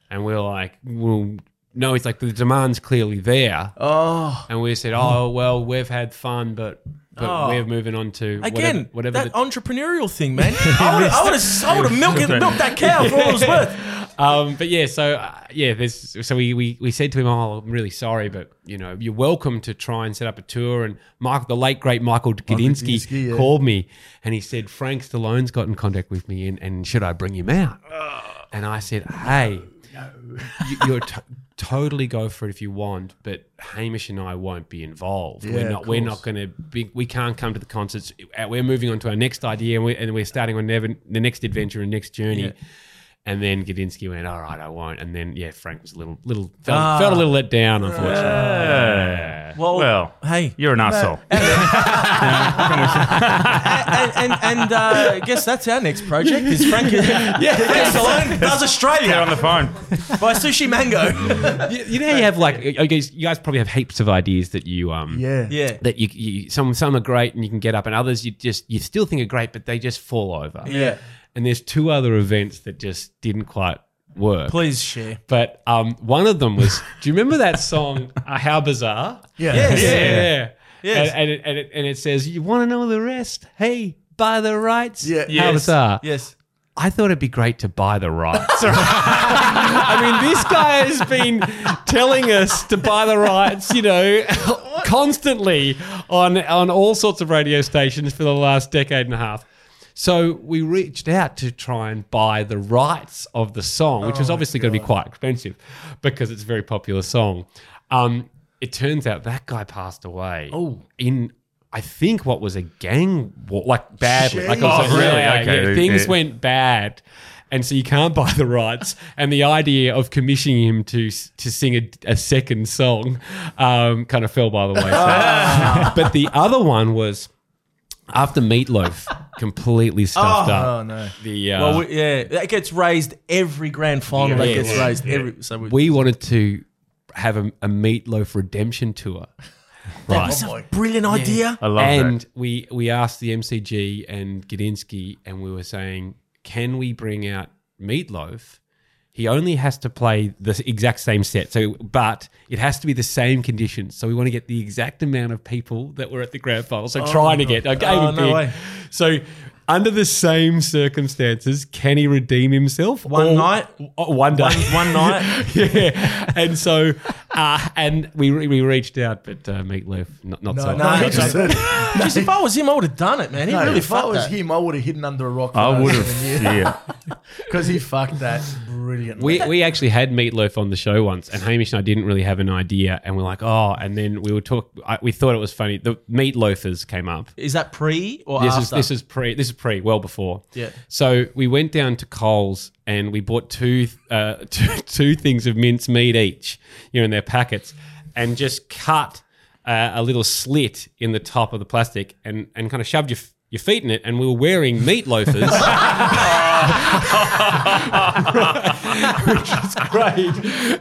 [SPEAKER 5] And we are like, well, no. He's like, the demand's clearly there.
[SPEAKER 1] Oh,
[SPEAKER 5] And we said, "Oh well, we've had fun, but but
[SPEAKER 3] Oh.
[SPEAKER 5] we're moving on to
[SPEAKER 3] Again,
[SPEAKER 5] whatever." whatever
[SPEAKER 3] that entrepreneurial thing, man. I would have, I would have milked, it- milked that cow for all it was worth.
[SPEAKER 5] the, um, but yeah, so uh, yeah, there's so we, we we said to him, "Oh, I'm really sorry, but you know, you're welcome to try and set up a tour." And Michael, the late great Michael Gudinski,
[SPEAKER 1] Gudinski, yeah.
[SPEAKER 5] called me and he said, "Frank Stallone's got in contact with me, and, and should I bring him out?" And I said, "Hey, you, you're." T- Totally go for it if you want, but Hamish and I won't be involved.
[SPEAKER 1] Yeah,
[SPEAKER 5] we're not.
[SPEAKER 1] of
[SPEAKER 5] We're
[SPEAKER 1] course.
[SPEAKER 5] not going to be. We can't come to the concerts. Uh, We're moving on to our next idea, and we're, and we're starting on never, the next adventure and next journey. And then Gudinski went, "All right, I won't." And then yeah, Frank was a little, little felt, felt a little let down, unfortunately.
[SPEAKER 4] Yeah.
[SPEAKER 3] Well,
[SPEAKER 4] Uh, Well,
[SPEAKER 3] hey,
[SPEAKER 4] you're an asshole.
[SPEAKER 3] and and, and uh, I guess that's our next project is Frank. yeah, Stallone does
[SPEAKER 4] Get on
[SPEAKER 3] Australia
[SPEAKER 4] the phone.
[SPEAKER 3] by Sushi Mango.
[SPEAKER 5] You, you know, you have like you guys, you guys probably have heaps of ideas that you um
[SPEAKER 1] yeah.
[SPEAKER 3] yeah,
[SPEAKER 5] that you, you some some are great and you can get up, and others you just you still think are great, but they just fall over.
[SPEAKER 3] yeah.
[SPEAKER 5] And there's two other events that just didn't quite work.
[SPEAKER 3] Please share.
[SPEAKER 5] But um, one of them was, do you remember that song, uh, How Bizarre?
[SPEAKER 1] Yeah.
[SPEAKER 3] Yes.
[SPEAKER 5] Yeah.
[SPEAKER 3] Yes.
[SPEAKER 5] And, and, it, and, it, and it says, you want to know the rest? Hey, buy the rights.
[SPEAKER 1] Yeah.
[SPEAKER 5] How
[SPEAKER 1] Yes.
[SPEAKER 5] bizarre.
[SPEAKER 3] Yes.
[SPEAKER 5] I thought it'd be great to buy the rights. I mean, this guy has been telling us to buy the rights, you know, constantly on on all sorts of radio stations for the last decade and a half. So we reached out to try and buy the rights of the song, which
[SPEAKER 4] Oh
[SPEAKER 5] is obviously going to be quite expensive because it's a very popular song. Um, it turns out that guy passed away. Oh, in I think what was a gang war, like badly, like it was
[SPEAKER 4] Oh,
[SPEAKER 5] a
[SPEAKER 4] really?
[SPEAKER 5] yeah,
[SPEAKER 4] Okay.
[SPEAKER 5] yeah, things went
[SPEAKER 4] Yeah.
[SPEAKER 5] went bad, and so you can't buy the rights. And the idea of commissioning him to to sing a, a second song um, kind of fell by the wayside. but the other one was after Meatloaf completely stuffed
[SPEAKER 1] Oh
[SPEAKER 5] up
[SPEAKER 1] no.
[SPEAKER 5] the. Uh,
[SPEAKER 3] Well, we, yeah, that gets raised every grand final. that
[SPEAKER 5] Yeah.
[SPEAKER 3] gets
[SPEAKER 5] Yeah.
[SPEAKER 3] raised every. So we,
[SPEAKER 5] we wanted to have a, a Meatloaf redemption tour. Right.
[SPEAKER 3] that's a brilliant idea.
[SPEAKER 4] I love
[SPEAKER 5] and
[SPEAKER 4] that.
[SPEAKER 5] we we asked the MCG and Gudinski, and we were saying, can we bring out Meatloaf? He only has to play the s- exact same set, so but it has to be the same conditions. So we want to get the exact amount of people that were at the grand final. So trying to get, I gave
[SPEAKER 3] Oh,
[SPEAKER 5] him
[SPEAKER 3] no
[SPEAKER 5] big.
[SPEAKER 3] way.
[SPEAKER 5] So, under the same circumstances, can he redeem himself?
[SPEAKER 3] One
[SPEAKER 5] Or-
[SPEAKER 3] night?
[SPEAKER 5] Oh, one day.
[SPEAKER 3] one night.
[SPEAKER 5] yeah. And so, uh, and we re- we reached out, but uh, Meatloaf, not, not so
[SPEAKER 1] No,
[SPEAKER 5] much.
[SPEAKER 1] no, he just said.
[SPEAKER 3] Just if I was him, I would have done it, man. He
[SPEAKER 1] No,
[SPEAKER 3] really
[SPEAKER 1] if I
[SPEAKER 3] fucked
[SPEAKER 1] was
[SPEAKER 3] that.
[SPEAKER 1] him, I would have hidden under a rock. For
[SPEAKER 4] I would have. Yeah.
[SPEAKER 1] because he fucked that brilliantly.
[SPEAKER 5] We, we actually had Meatloaf on the show once, and Hamish and I didn't really have an idea, and we're like, oh, and then we were talk. I, we thought it was funny. The Meatloafers came up.
[SPEAKER 3] Is that pre or
[SPEAKER 5] This
[SPEAKER 3] after?
[SPEAKER 5] is this is pre. This is pre. Well before.
[SPEAKER 3] Yeah.
[SPEAKER 5] So we went down to Coles and we bought two uh, two, two things of mince meat each, you know, in their packets, and just cut uh, a little slit in the top of the plastic and and kind of shoved your. f- Your feet in it, and we were wearing meat loafers. Which is great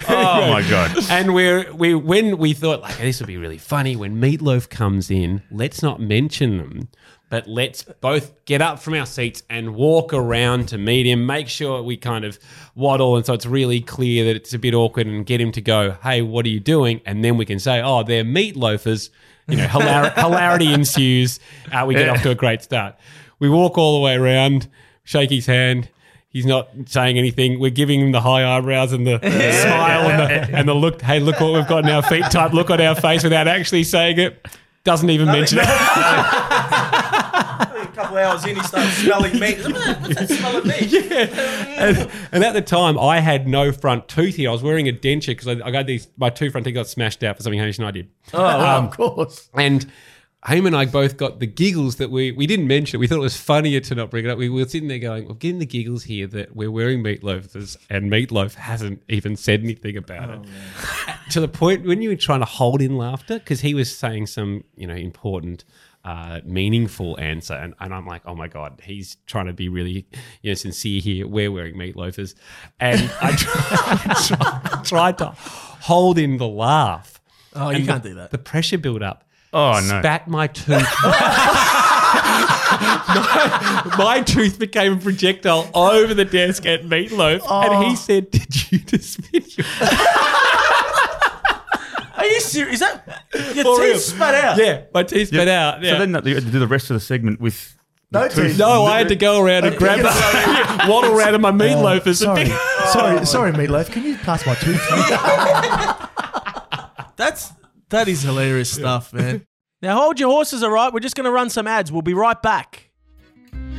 [SPEAKER 4] Oh my god.
[SPEAKER 5] and we're we when we thought like this would be really funny when meatloaf comes in let's not mention them but let's both get up from our seats and walk around to meet him make sure we kind of waddle and so it's really clear that it's a bit awkward and get him to go hey what are you doing and then we can say oh they're meatloafers you know hilar- hilarity ensues uh, we get off to a great start we walk all the way around shake his hand He's not saying anything. We're giving him the high eyebrows and the, the smile and the, and the look. Hey, look what we've got in our feet type look on our face without actually saying it. Doesn't even mention it.
[SPEAKER 3] a couple hours in, he starts smelling meat. What's that smell of meat?
[SPEAKER 5] And, and at the time, I had no front tooth here. I was wearing a denture because I, I got these. My two front teeth got smashed out for something Hamish and I did.
[SPEAKER 1] Oh,
[SPEAKER 5] um,
[SPEAKER 1] of course.
[SPEAKER 5] And Haim and I both got the giggles that we we didn't mention. it. We thought it was funnier to not bring it up. We were sitting there going, "We're getting the giggles here that we're wearing meatloafers, and meatloaf hasn't even said anything about it."
[SPEAKER 3] Oh,
[SPEAKER 5] to the point when you were trying to hold in laughter because he was saying some you know important. Uh, meaningful answer, and, and I'm like, oh my god, he's trying to be really, you know, sincere here. We're wearing meatloafers, and I tried, tried to hold in the laugh.
[SPEAKER 3] Oh, you can't do that.
[SPEAKER 5] The pressure built up.
[SPEAKER 4] Oh no.
[SPEAKER 5] Spat my tooth. my, my tooth became a projectile over the desk at Meatloaf, and
[SPEAKER 1] Oh.
[SPEAKER 5] he said, "Did you just video?"
[SPEAKER 3] Are you serious? Is that your
[SPEAKER 5] For
[SPEAKER 3] teeth
[SPEAKER 5] real.
[SPEAKER 3] spat out?
[SPEAKER 5] Yeah, my teeth spat out. Yeah.
[SPEAKER 4] So then you had to do the rest of the segment with.
[SPEAKER 1] No teeth.
[SPEAKER 5] no, I had to go around and grab it, waddle around in my meatloafers.
[SPEAKER 1] Sorry,
[SPEAKER 5] and pick-
[SPEAKER 1] sorry, sorry, meatloaf. Can you pass my tooth?
[SPEAKER 3] That's that is hilarious stuff, man. Now hold your horses, all right? We're just gonna run some ads. We'll be right back.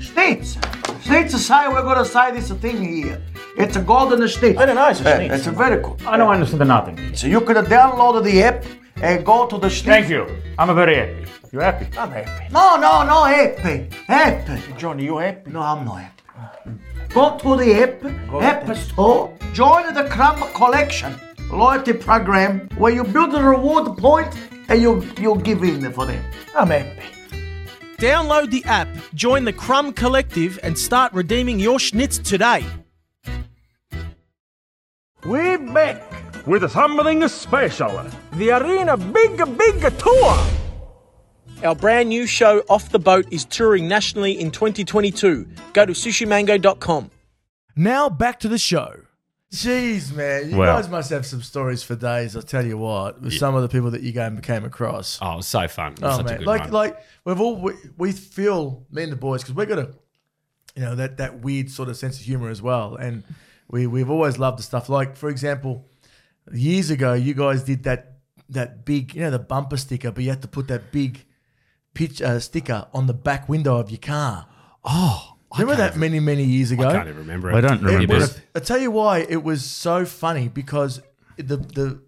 [SPEAKER 2] States. States is how we're gonna say this thing here. It's a golden state. I don't know, it's a state. It's a very cool.
[SPEAKER 4] I don't understand nothing.
[SPEAKER 2] So you could download the app and go to the state.
[SPEAKER 4] you. I'm very happy. You happy?
[SPEAKER 2] I'm happy. No, no, no, happy. Happy. Johnny, you happy? No, I'm not happy. Go to the app, app store, join the Crumb Collection loyalty program where you build a reward point and you, you give in for them. I'm happy.
[SPEAKER 3] Download the app, join the Crumb Collective, and start redeeming your schnitz today.
[SPEAKER 2] We're back.
[SPEAKER 7] with something special.
[SPEAKER 3] The Arena Bigger Bigger Tour. Our brand new show, Off the Boat, is touring nationally in 2022. Go to sushimango.com.
[SPEAKER 1] Now back to the show. Jeez, man, you
[SPEAKER 4] Wow.
[SPEAKER 1] guys must have some stories for days. I tell you what, with some of the people that you came came across.
[SPEAKER 5] Oh, it was so fun. It was
[SPEAKER 1] Oh,
[SPEAKER 5] such a
[SPEAKER 1] man.
[SPEAKER 5] good
[SPEAKER 1] Like,
[SPEAKER 5] run.
[SPEAKER 1] like we've all we, we feel me and the boys because we're gonna, you know, that that weird sort of sense of humor as well, and we we've always loved the stuff. Like for example, years ago, you guys did that that big, you know, the bumper sticker, but you had to put that big pitch uh, sticker on the back window of your car. Oh, remember that many many years ago?
[SPEAKER 5] I can't even remember it.
[SPEAKER 4] I don't remember
[SPEAKER 5] was-
[SPEAKER 4] it.
[SPEAKER 1] I tell you why it was so funny because the the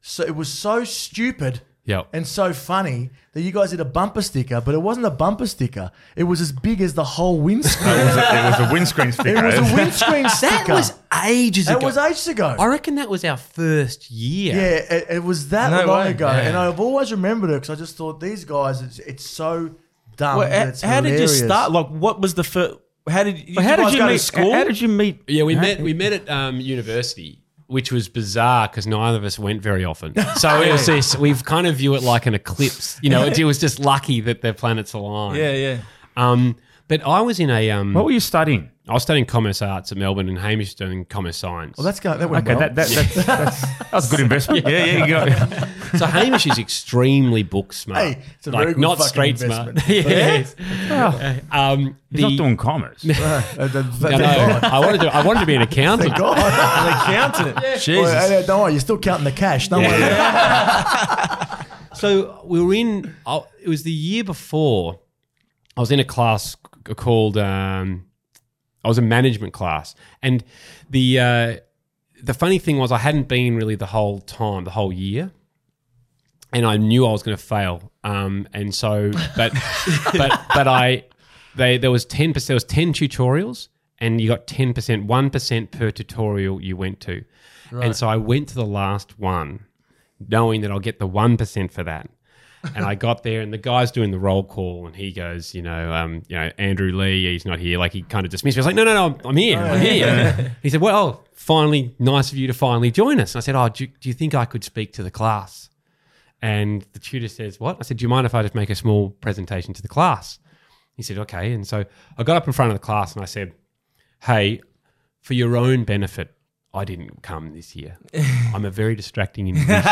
[SPEAKER 1] so it was so stupid
[SPEAKER 5] Yep.
[SPEAKER 1] and so funny that you guys did a bumper sticker, but it wasn't a bumper sticker. It was as big as the whole windscreen.
[SPEAKER 4] It was a, it was a windscreen
[SPEAKER 1] it
[SPEAKER 4] sticker.
[SPEAKER 1] was a windscreen
[SPEAKER 5] That
[SPEAKER 1] sticker.
[SPEAKER 5] was ages
[SPEAKER 1] That
[SPEAKER 5] ago.
[SPEAKER 1] was ages ago.
[SPEAKER 5] I reckon that was our first year.
[SPEAKER 1] yeah, it, it was that
[SPEAKER 3] No
[SPEAKER 1] long
[SPEAKER 3] way.
[SPEAKER 1] ago,
[SPEAKER 5] Yeah.
[SPEAKER 1] and I've always remembered it because I just thought these guys, it's, it's so dumb.
[SPEAKER 3] Well,
[SPEAKER 1] that
[SPEAKER 3] h-
[SPEAKER 1] it's
[SPEAKER 3] how
[SPEAKER 1] Oh, hilarious.
[SPEAKER 3] did you start? Like, what was the first? How did you,
[SPEAKER 4] But
[SPEAKER 3] you guys go
[SPEAKER 4] meet?
[SPEAKER 3] to school?
[SPEAKER 4] How did you meet?
[SPEAKER 5] Yeah, we met we met at um, university, which was bizarre because neither of us went very often. So it was this we've kind of view it like an eclipse. You know, it, it was just lucky that their planets aligned.
[SPEAKER 3] yeah, yeah.
[SPEAKER 5] Um, but I was in a um,
[SPEAKER 4] What were you studying?
[SPEAKER 5] I was studying commerce arts at Melbourne and Hamish doing commerce science.
[SPEAKER 1] Well, that's go- that went
[SPEAKER 4] Okay,
[SPEAKER 1] well.
[SPEAKER 4] that, that, that's, that's, that's a good investment. Oh, Yeah, yeah, you got
[SPEAKER 5] so Hamish is extremely book smart.
[SPEAKER 1] Hey, it's a very good
[SPEAKER 5] not
[SPEAKER 1] fucking
[SPEAKER 5] street
[SPEAKER 1] investment.
[SPEAKER 5] smart. yes. Um,
[SPEAKER 4] He's not doing commerce.
[SPEAKER 1] That- that-
[SPEAKER 5] no,
[SPEAKER 1] thank
[SPEAKER 5] no,
[SPEAKER 1] God.
[SPEAKER 5] I wanted to. I wanted to be an accountant.
[SPEAKER 1] God.
[SPEAKER 3] Accountant.
[SPEAKER 1] Well,
[SPEAKER 3] Jesus.
[SPEAKER 1] hey, don't worry, you're still counting the cash. Don't worry.
[SPEAKER 5] So we were in. oh, It was the year before. I was in a class c- called. Um, I was a management class, and the uh, the funny thing was I hadn't been really the whole time, the whole year, and I knew I was going to fail. Um, and so, but but but I they there was ten percent. There was ten tutorials, and you got ten percent, one percent per tutorial you went to. And so I went to the last one, knowing that I'll get the one percent for that. And I got there, and the guy's doing the roll call, and he goes, you know, um, you know, Andrew Lee, he's not here. Like he kind of dismissed me. I was like, no, no, no, I'm, I'm here, I'm here. He said, well, finally, nice of you to finally join us. And I said, oh, do, do you think I could speak to the class? And the tutor says, What? I said, Do you mind if I just make a small presentation to the class? He said, Okay. And so I got up in front of the class and I said, Hey, for your own benefit, I didn't come this year. I'm a very distracting individual. and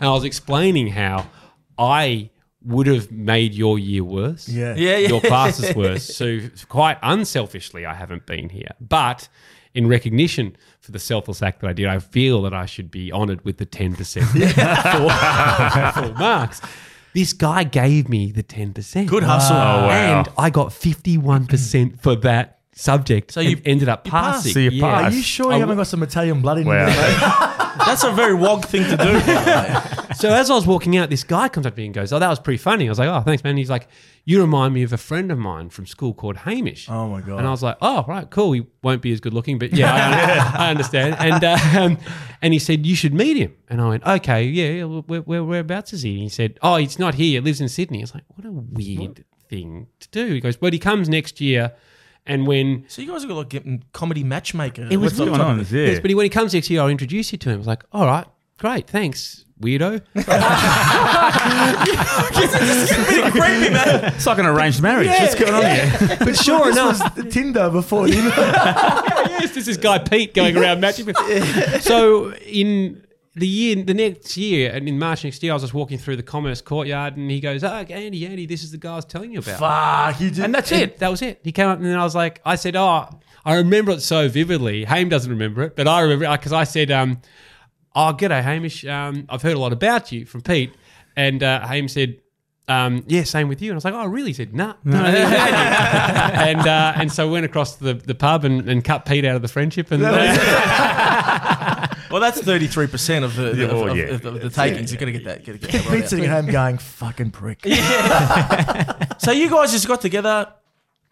[SPEAKER 5] I was explaining how I would have made your year worse.
[SPEAKER 1] Yeah.
[SPEAKER 3] Yeah, yeah.
[SPEAKER 5] Your class is worse. So quite unselfishly, I haven't been here. But in recognition for the selfless act that I did, I feel that I should be honoured with the 10% full, full marks. This guy gave me the 10%.
[SPEAKER 3] Good hustle.
[SPEAKER 4] Oh, wow.
[SPEAKER 5] And I got 51% for that subject. So
[SPEAKER 3] you-
[SPEAKER 5] you ended up
[SPEAKER 3] passed.
[SPEAKER 5] passing.
[SPEAKER 4] So you
[SPEAKER 1] Are
[SPEAKER 4] passed.
[SPEAKER 1] you sure you haven't got some Italian blood in you?
[SPEAKER 4] Wow.
[SPEAKER 3] That's a very wog thing to do.
[SPEAKER 5] So as I was walking out, this guy comes up to me and goes, "Oh, that was pretty funny." I was like, "Oh, thanks, man." He's like, "You remind me of a friend of mine from school called Hamish."
[SPEAKER 1] Oh, my God.
[SPEAKER 5] And I was like, "Oh, right, cool. He won't be as good looking, but yeah, I, I understand." And uh, um, and he said, "You should meet him." And I went, "Okay, yeah, yeah where, where, whereabouts is he?" And he said, "Oh, he's not here. He lives in Sydney." I was like, "What a weird thing to do." He goes, "But he comes next year." And when
[SPEAKER 3] So you guys are going to get comedy matchmaker.
[SPEAKER 5] it was
[SPEAKER 4] What's going on? Yeah.
[SPEAKER 5] Yes, but he- when he comes next year, I'll introduce you to him. I was like, all right, great, thanks, weirdo.
[SPEAKER 3] creepy, man.
[SPEAKER 4] It's like an arranged marriage. What's going on here?
[SPEAKER 5] But sure
[SPEAKER 1] This
[SPEAKER 5] enough,
[SPEAKER 1] was Tinder before you
[SPEAKER 5] yes, this is guy Pete going around matching. people. so in the year, the next year, and in March next year, I was just walking through the commerce courtyard, and he goes, "Oh, Andy, Andy, this is the guy I was telling you about."
[SPEAKER 1] Fuck, you did.
[SPEAKER 5] And that's it. That was it. He came up, and then I was like, I said, "Oh, I remember it so vividly." Haim doesn't remember it, but I remember it because I said, um, "Oh, g'day, Hamish. Um, I've heard a lot about you from Pete," and uh, Haim said. Um, yeah, same with you. And I was like, oh, really? He said, nah. no, no, no, no." and uh, and so went across to the, the pub and, and cut Pete out of the friendship. And uh,
[SPEAKER 3] Well, that's 33% of the, the-
[SPEAKER 4] oh,
[SPEAKER 3] of,
[SPEAKER 4] yeah.
[SPEAKER 3] of- of the takings. You're going to get that. Gotta get that right
[SPEAKER 1] Pete's
[SPEAKER 3] out.
[SPEAKER 1] sitting at home going, fucking prick.
[SPEAKER 3] So you guys just got together,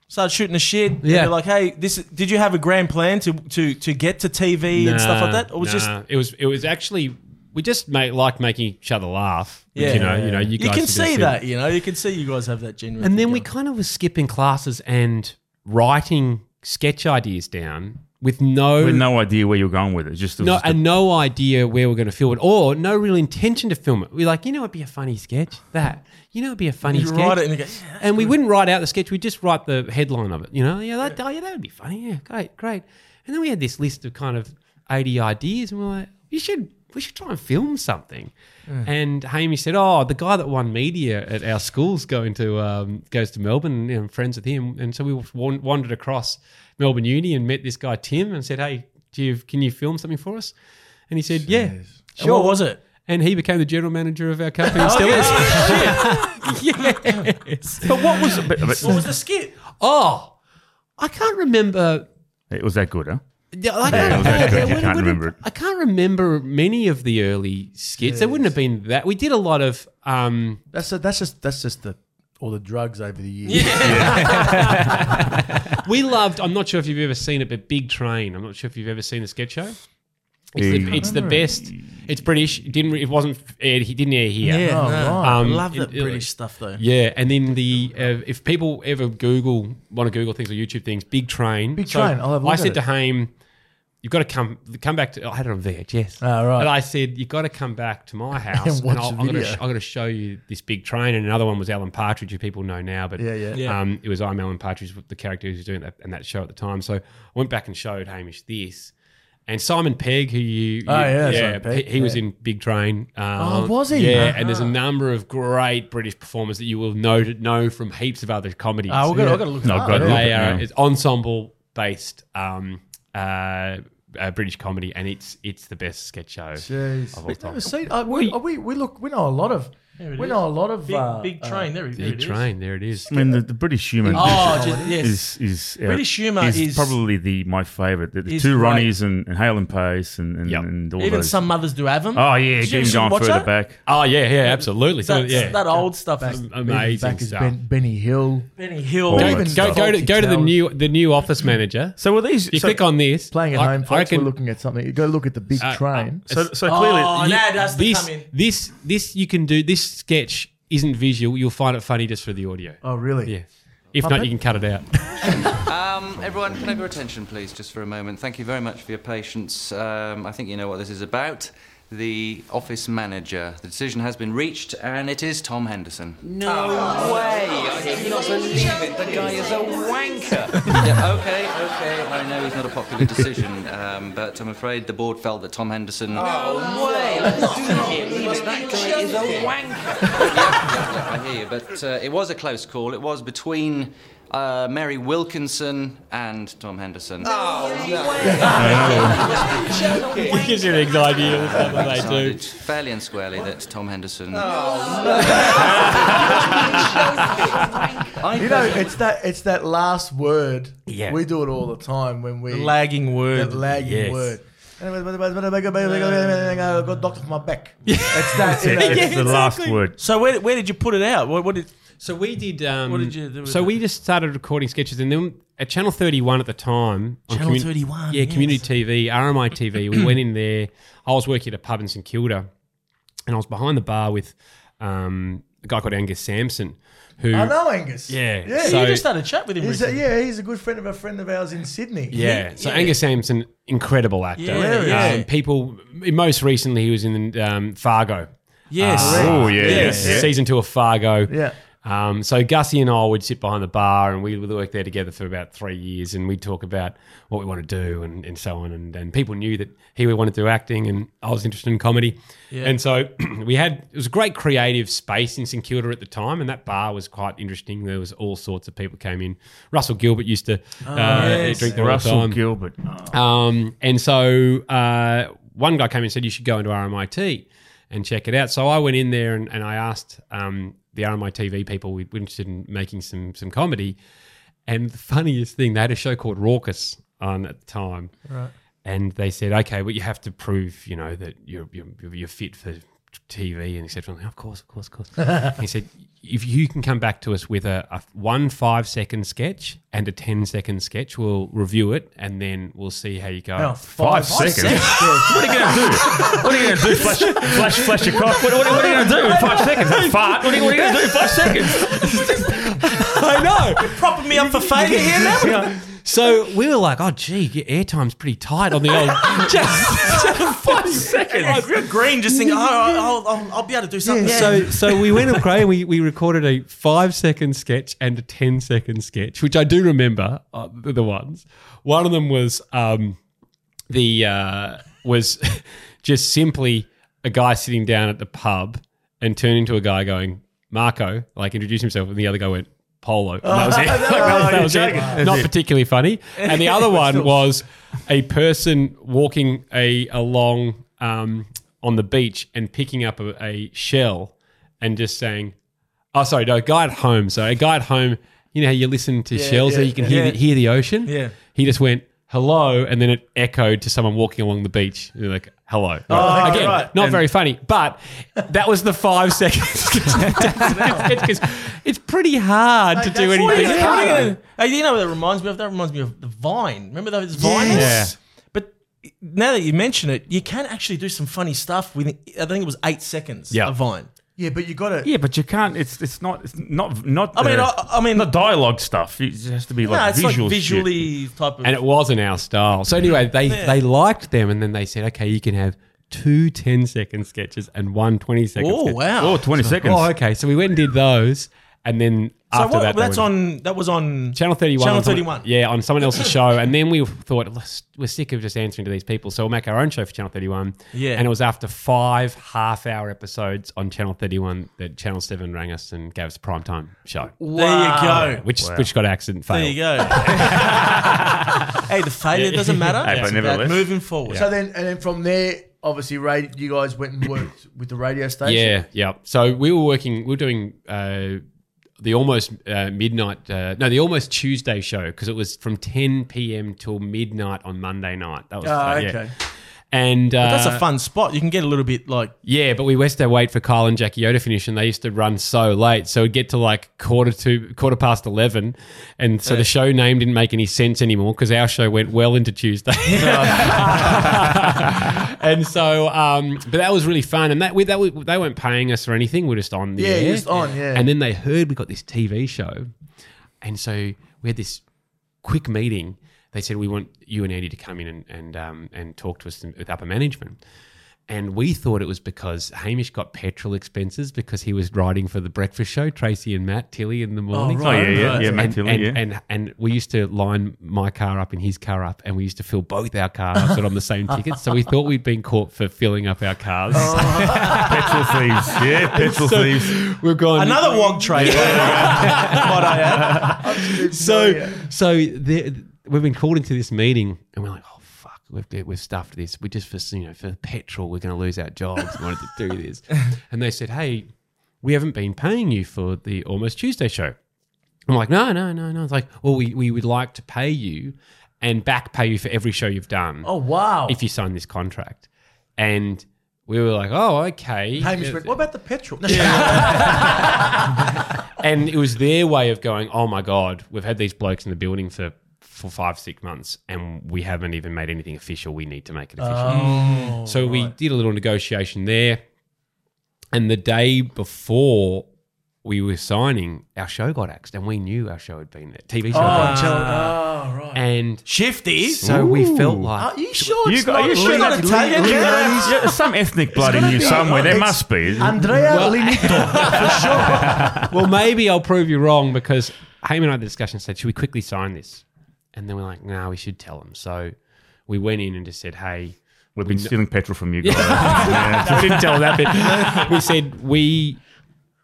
[SPEAKER 3] started shooting the shit. and
[SPEAKER 5] Yeah.
[SPEAKER 3] you're like, hey, this. Did you have a grand plan to to to get to TV and stuff like that, or was
[SPEAKER 5] nah.
[SPEAKER 3] just
[SPEAKER 5] it was it was actually we just make like making each other laugh. which,
[SPEAKER 3] Yeah.
[SPEAKER 5] you know, you know, you,
[SPEAKER 3] you
[SPEAKER 5] guys
[SPEAKER 3] can
[SPEAKER 5] are just
[SPEAKER 3] see
[SPEAKER 5] silly.
[SPEAKER 3] that. You know, you can see you guys have that genuine.
[SPEAKER 5] And
[SPEAKER 3] thing
[SPEAKER 5] then we
[SPEAKER 3] going.
[SPEAKER 5] kind of was skipping classes and writing sketch ideas down with no
[SPEAKER 4] With no idea where you're going with it. Just, it was
[SPEAKER 5] no
[SPEAKER 4] just a-
[SPEAKER 5] and no idea where we're going to film it or no real intention to film it. We're like, you know, it'd be a funny sketch that. You know, it'd be a funny
[SPEAKER 3] you
[SPEAKER 5] sketch.
[SPEAKER 3] write it and you go, yeah.
[SPEAKER 5] and we wouldn't write out the sketch. We'd just write the headline of it. You know, yeah, that, Oh, yeah, that would be funny. Yeah, great, great. And then we had this list of kind of eighty ideas, and we're like, you should, we should try and film something. And Hamish said, oh, the guy that won media at our school's going to um, goes to Melbourne, and you know, I'm friends with him. And so we wan- wandered across Melbourne Uni and met this guy Tim, and said, hey, do you, can you film something for us? And he said, yeah,
[SPEAKER 3] And What was it?
[SPEAKER 5] and he became the general manager of our company.
[SPEAKER 3] Oh,
[SPEAKER 5] and Still is. yes.
[SPEAKER 4] But what was but, but-
[SPEAKER 3] What was the skit?
[SPEAKER 5] Oh, I can't remember.
[SPEAKER 4] it was that good, huh?
[SPEAKER 5] Yeah, I
[SPEAKER 4] Yeah, it was
[SPEAKER 5] can't,
[SPEAKER 4] that good.
[SPEAKER 5] I
[SPEAKER 4] You can't
[SPEAKER 5] wouldn't-
[SPEAKER 4] remember it.
[SPEAKER 5] I can't remember many of the early skits. There wouldn't have been that. We did a lot of. Um,
[SPEAKER 1] That's, that's just that's just the all the drugs over the years.
[SPEAKER 5] we loved. I'm not sure if you've ever seen it, but Big Train. I'm not sure if you've ever seen the sketch show. It's,
[SPEAKER 4] Big
[SPEAKER 5] the, it's the best. It's British. It didn't. It wasn't. aired he didn't air here.
[SPEAKER 1] Oh, right.
[SPEAKER 5] Um,
[SPEAKER 3] love that
[SPEAKER 5] in Italy.
[SPEAKER 3] British stuff though.
[SPEAKER 5] Yeah, and then the uh, if people ever Google want to Google things or YouTube things, big train.
[SPEAKER 1] Big Train, I'll have a look
[SPEAKER 5] I
[SPEAKER 1] at
[SPEAKER 5] said
[SPEAKER 1] it.
[SPEAKER 5] to Haim, you've got to come come back to. I had it on VHS.
[SPEAKER 1] Ah, right.
[SPEAKER 5] And I said you've got to come back to my house
[SPEAKER 1] watch
[SPEAKER 5] I'll-
[SPEAKER 1] the
[SPEAKER 5] I'm going
[SPEAKER 1] video.
[SPEAKER 5] to I'm going to show you this big train. And another one was Alan Partridge, who people know now, but
[SPEAKER 1] Yeah, yeah.
[SPEAKER 3] Yeah.
[SPEAKER 5] Um, it was I'm Alan Partridge, the character who was doing that and that show at the time. So I went back and showed Hamish this. And Simon Pegg, who you,
[SPEAKER 1] Oh,
[SPEAKER 5] you-
[SPEAKER 1] yeah, Simon
[SPEAKER 5] he,
[SPEAKER 1] Pegg,
[SPEAKER 5] he was
[SPEAKER 1] yeah.
[SPEAKER 5] in Big Train. Um,
[SPEAKER 1] Oh, was he?
[SPEAKER 5] Yeah,
[SPEAKER 1] Uh-huh.
[SPEAKER 5] and there's a number of great British performers that you will know know from heaps of other comedies.
[SPEAKER 4] Ah,
[SPEAKER 3] Oh, we've got to look
[SPEAKER 4] No,
[SPEAKER 3] that up.
[SPEAKER 4] God,
[SPEAKER 5] They
[SPEAKER 4] yeah.
[SPEAKER 5] are it's ensemble based um, uh, uh, British comedy, and it's it's the best sketch show
[SPEAKER 1] Jeez.
[SPEAKER 5] of all
[SPEAKER 1] We've
[SPEAKER 5] time.
[SPEAKER 1] never seen. Uh, we, uh, we we look. We know a lot of.
[SPEAKER 3] There it
[SPEAKER 1] We
[SPEAKER 3] is.
[SPEAKER 1] know a lot of.
[SPEAKER 3] Big,
[SPEAKER 1] uh,
[SPEAKER 3] big
[SPEAKER 1] uh,
[SPEAKER 3] train. there, he- there
[SPEAKER 5] Big
[SPEAKER 3] it is.
[SPEAKER 5] train, there it is.
[SPEAKER 4] I mean, the, the British humour
[SPEAKER 3] Oh, just, yes.
[SPEAKER 4] is is uh,
[SPEAKER 3] British humour is-
[SPEAKER 4] probably the my favourite. The, the
[SPEAKER 3] is
[SPEAKER 4] two
[SPEAKER 3] great.
[SPEAKER 4] Ronnies and, and Hale and Pace and and,
[SPEAKER 5] Yep.
[SPEAKER 4] and all
[SPEAKER 3] Even
[SPEAKER 4] those.
[SPEAKER 3] some mothers do have them.
[SPEAKER 4] oh yeah,
[SPEAKER 3] Did you
[SPEAKER 4] getting going
[SPEAKER 3] watch
[SPEAKER 4] further
[SPEAKER 3] that?
[SPEAKER 4] back.
[SPEAKER 5] Oh yeah, yeah, absolutely. So,
[SPEAKER 3] That's-
[SPEAKER 5] yeah,
[SPEAKER 3] That old stuff.
[SPEAKER 1] Back,
[SPEAKER 3] is
[SPEAKER 5] amazing
[SPEAKER 1] back is
[SPEAKER 5] stuff.
[SPEAKER 1] ben, Benny Hill.
[SPEAKER 3] Benny Hill.
[SPEAKER 4] Don't
[SPEAKER 5] go,
[SPEAKER 4] even
[SPEAKER 5] go, go to
[SPEAKER 1] faulty
[SPEAKER 5] go to the
[SPEAKER 1] towels.
[SPEAKER 5] new the new office manager.
[SPEAKER 4] So were these?
[SPEAKER 5] You
[SPEAKER 4] so,
[SPEAKER 5] click on this.
[SPEAKER 1] Playing at
[SPEAKER 5] I-
[SPEAKER 1] home,
[SPEAKER 5] I
[SPEAKER 1] folks.
[SPEAKER 5] can-
[SPEAKER 1] we're looking at something. You go look at the big
[SPEAKER 5] Uh, uh,
[SPEAKER 1] train.
[SPEAKER 4] So, so clearly,
[SPEAKER 3] Oh,
[SPEAKER 5] you-
[SPEAKER 3] now that's the
[SPEAKER 5] this,
[SPEAKER 3] come in.
[SPEAKER 5] this this you can do. This sketch isn't visual. You'll find it funny just for the audio.
[SPEAKER 1] oh, really?
[SPEAKER 5] Yeah. If not, you can cut it out.
[SPEAKER 8] Um, everyone, can I have your attention, please, just for a moment? Thank you very much for your patience. Um, I think you know what this is about. The office manager. The decision has been reached, and it is Tom Henderson. No way! I do not believe it. The guy is a wanker. yeah, okay, okay. I know he's not a popular decision, um, but I'm afraid the board felt that Tom Henderson. No way! Let's do not believe it. That guy is a wanker. yeah, yeah, I hear you, but uh, it was a close call. It was between. Uh, Mary Wilkinson and Tom Henderson.
[SPEAKER 5] gives you an idea of what they
[SPEAKER 8] decided fairly and squarely that Tom Henderson.
[SPEAKER 1] You know, it's that it's that last word.
[SPEAKER 5] Yeah.
[SPEAKER 1] We do it all the time when we
[SPEAKER 3] Lagging word.
[SPEAKER 1] that lagging
[SPEAKER 5] Yes.
[SPEAKER 1] word. I got doctor for my back. It's that. you know,
[SPEAKER 4] it's
[SPEAKER 1] it's-
[SPEAKER 4] the last word.
[SPEAKER 3] So where, where did you put it out? What, what did?
[SPEAKER 5] So we did. Um,
[SPEAKER 3] What did you do with
[SPEAKER 5] so
[SPEAKER 3] that?
[SPEAKER 5] we just started recording sketches, and then at Channel Thirty One at the time. on
[SPEAKER 3] Channel 31,
[SPEAKER 5] Yeah,
[SPEAKER 3] yes.
[SPEAKER 5] community TV, RMI TV. we went in there. I was working at a pub in St Kilda, and I was behind the bar with um, a guy called Angus Sampson, who
[SPEAKER 1] I know Angus.
[SPEAKER 5] Yeah,
[SPEAKER 1] Yeah.
[SPEAKER 5] so-
[SPEAKER 1] he-
[SPEAKER 3] you just had a chat with him.
[SPEAKER 1] he's a,
[SPEAKER 3] recently.
[SPEAKER 1] yeah, he's a good friend of a friend of ours in Sydney.
[SPEAKER 5] Yeah. so Angus Sampson, incredible actor.
[SPEAKER 3] Yeah, yeah.
[SPEAKER 5] Um, people, most recently, he was in um, Fargo. Uh,
[SPEAKER 3] Yes.
[SPEAKER 4] Oh yeah,
[SPEAKER 3] Yes.
[SPEAKER 4] yeah.
[SPEAKER 5] Season two of Fargo.
[SPEAKER 1] Yeah.
[SPEAKER 5] Um, so Gussie and I would sit behind the bar and we would work there together for about three years and we'd talk about what we want to do and, and so on. And, and people knew that he wanted to do acting and I was interested in comedy. And so we had, it was a great creative space in St Kilda at the time and that bar was quite interesting. There was all sorts of people came in. Russell Gilbert used to uh, drink there all
[SPEAKER 4] Russell
[SPEAKER 5] the time.
[SPEAKER 4] Gilbert.
[SPEAKER 5] Um, and so uh, one guy came and said, You should go into RMIT and check it out. So I went in there and, and I asked um, the RMI TV people, we were interested in making some, some comedy. And the funniest thing, they had a show called Raucous on at the time. Right. And they said, Okay, well, you have to prove, you know, that you're, you're, you're fit for TV and etc. Like, of course, of course, of course. he said, if you can come back to us with a, a one five second sketch and a 10 second sketch, we'll review it and then we'll see how you go.
[SPEAKER 1] Oh,
[SPEAKER 4] Five seconds. What are you going to do? What are you going to do? Flash, flash, flash your cock. What, what, what are you going to do in five seconds? That fart. What are you, what are you going to do in five seconds?
[SPEAKER 5] I know.
[SPEAKER 3] Propping me up for failure here now.
[SPEAKER 5] So we were like, oh, gee, your airtime's pretty tight on the old. just, just five
[SPEAKER 3] Like,
[SPEAKER 5] seconds.
[SPEAKER 3] real green, just thinking, oh, I'll, I'll, I'll be able to do something.
[SPEAKER 5] So, so we went up and we, we recorded a five second sketch and a 10 second sketch, which I do remember uh, the the ones. One of them was um, the uh, was just simply a guy sitting down at the pub and turning to a guy going Marco, like introduced himself, and the other guy went Polo. And that was it. Like,
[SPEAKER 3] Oh,
[SPEAKER 5] that was- that was it. Not particularly funny. And the other one was a person walking a along um, on the beach and picking up a, a shell and just saying, "Oh, sorry, no, a guy at home." So a guy at home, you know, how you listen to shells so you can hear
[SPEAKER 3] yeah.
[SPEAKER 5] the, hear the ocean.
[SPEAKER 3] Yeah.
[SPEAKER 5] He just went, hello, and then it echoed to someone walking along the beach. You're like, hello.
[SPEAKER 3] Oh,
[SPEAKER 5] Right. Again, not very funny, but that was the five seconds. Because it's pretty hard to do
[SPEAKER 1] that's-
[SPEAKER 5] anything.
[SPEAKER 1] Yeah.
[SPEAKER 3] What are you gonna- Hey, you know what that reminds me of? That reminds me of the Vine. Remember those Vines?
[SPEAKER 5] Yes.
[SPEAKER 3] But now that you mention it, you can actually do some funny stuff with. I think it was eight seconds.
[SPEAKER 5] Yeah.
[SPEAKER 3] A Vine.
[SPEAKER 1] Yeah, but you got to
[SPEAKER 4] Yeah, but you can't. It's it's not it's not not.
[SPEAKER 3] I mean,
[SPEAKER 4] the-
[SPEAKER 3] I, I mean,
[SPEAKER 4] not dialogue stuff. It just has to be
[SPEAKER 3] no,
[SPEAKER 4] like
[SPEAKER 3] it's
[SPEAKER 4] visual.
[SPEAKER 3] like
[SPEAKER 4] shit.
[SPEAKER 3] visually type of.
[SPEAKER 5] and it wasn't our style. So anyway, they they liked them, and then they said, okay, you can have two 10 second sketches and one 20 second.
[SPEAKER 3] oh
[SPEAKER 5] sketch.
[SPEAKER 3] wow!
[SPEAKER 4] Oh, 20 seconds.
[SPEAKER 5] Oh, okay. So we went and did those, and then
[SPEAKER 3] so
[SPEAKER 5] after
[SPEAKER 3] what,
[SPEAKER 5] that, they
[SPEAKER 3] that's
[SPEAKER 5] went-
[SPEAKER 3] on. That was on
[SPEAKER 5] Channel 31.
[SPEAKER 3] Channel
[SPEAKER 5] on someone-
[SPEAKER 3] 31.
[SPEAKER 5] yeah, on someone else's show. And then we thought, "Let's- we're sick of just answering to these people. So we'll make our own show for Channel 31.
[SPEAKER 3] Yeah.
[SPEAKER 5] And it was after five half hour episodes on Channel 31 that Channel 7 rang us and gave us a primetime show,
[SPEAKER 3] There you go.
[SPEAKER 5] which which got accident failed.
[SPEAKER 3] There you go. hey, the failure doesn't matter.
[SPEAKER 4] Hey, but
[SPEAKER 3] It's
[SPEAKER 4] nevertheless.
[SPEAKER 3] about Moving forward.
[SPEAKER 1] So then, and then from there, obviously, radio, you guys went and worked with the radio station.
[SPEAKER 5] Yeah, yeah. So we were working, we were doing uh, the almost uh, midnight, uh, no, the almost Tuesday show because it was from 10 p.m. till midnight on Monday night. That was,
[SPEAKER 1] Ah,
[SPEAKER 5] uh, yeah.
[SPEAKER 1] okay.
[SPEAKER 5] And uh,
[SPEAKER 3] That's a fun spot. You can get a little bit like
[SPEAKER 5] Yeah, but we used to wait for Kyle and Jackie O to finish, and they used to run so late. So we'd get to like quarter to quarter past eleven, and so the show name didn't make any sense anymore because our show went well into Tuesday. and so, um, but that was really fun, and that we, that we, they weren't paying us or anything. We are just on the
[SPEAKER 1] Yeah,
[SPEAKER 5] air.
[SPEAKER 1] you're just on, yeah.
[SPEAKER 5] And then they heard we got this TV show, and so we had this quick meeting. They said we want you and Andy to come in and and, um, and talk to us with upper management. And we thought it was because Hamish got petrol expenses because he was riding for the breakfast show, Tracy and Matt Tilly in the morning.
[SPEAKER 4] Oh yeah, yeah, yeah, Matt
[SPEAKER 5] And,
[SPEAKER 4] Dillon,
[SPEAKER 5] and,
[SPEAKER 4] yeah.
[SPEAKER 5] and and we used to line my car up and his car up, and we used to fill both our cars up on the same ticket. So we thought we'd been caught for filling up our cars.
[SPEAKER 4] Oh. petrol thieves, yeah, petrol thieves.
[SPEAKER 5] We've gone
[SPEAKER 3] another wog trade. Might I add.
[SPEAKER 5] so so the, we've been called into this meeting and we're like oh fuck we've, we've stuffed this we just for you know for petrol we're going to lose our jobs we wanted to do this and they said hey we haven't been paying you for the almost tuesday show i'm like no no no no it's like well we, we would like to pay you and back pay you for every show you've done
[SPEAKER 1] Oh wow.
[SPEAKER 5] if you sign this contract and we were like oh okay
[SPEAKER 1] Hamish went, what about the petrol?
[SPEAKER 5] and it was their way of going, oh my God, we've had these blokes in the building for, for five, six months and we haven't even made anything official. We need to make it
[SPEAKER 1] Oh,
[SPEAKER 5] official. so we did a little negotiation there. And the day before we were signing, our show got axed and we knew our show had been there. TV show. had been
[SPEAKER 1] oh right.
[SPEAKER 5] And
[SPEAKER 3] Shifty.
[SPEAKER 5] so we felt
[SPEAKER 1] Are
[SPEAKER 5] like.
[SPEAKER 1] you sure?
[SPEAKER 4] You
[SPEAKER 1] it's
[SPEAKER 4] got- are
[SPEAKER 1] not
[SPEAKER 4] you sure
[SPEAKER 1] Leonard
[SPEAKER 4] that's
[SPEAKER 1] Lin-
[SPEAKER 3] Italian?
[SPEAKER 1] Lin-
[SPEAKER 4] Yeah, there's some ethnic blood in
[SPEAKER 1] gotta
[SPEAKER 4] you
[SPEAKER 1] be-
[SPEAKER 4] somewhere. There
[SPEAKER 1] it's-
[SPEAKER 4] must be.
[SPEAKER 1] Andrea Linito.
[SPEAKER 5] well, maybe I'll prove you wrong because Haim and I had the discussion said, should we quickly sign this? And then we're like, no, we should tell them. So we went in and just said, hey,
[SPEAKER 4] We've been stealing petrol from you guys. Yeah.
[SPEAKER 5] we didn't tell that bit. We said we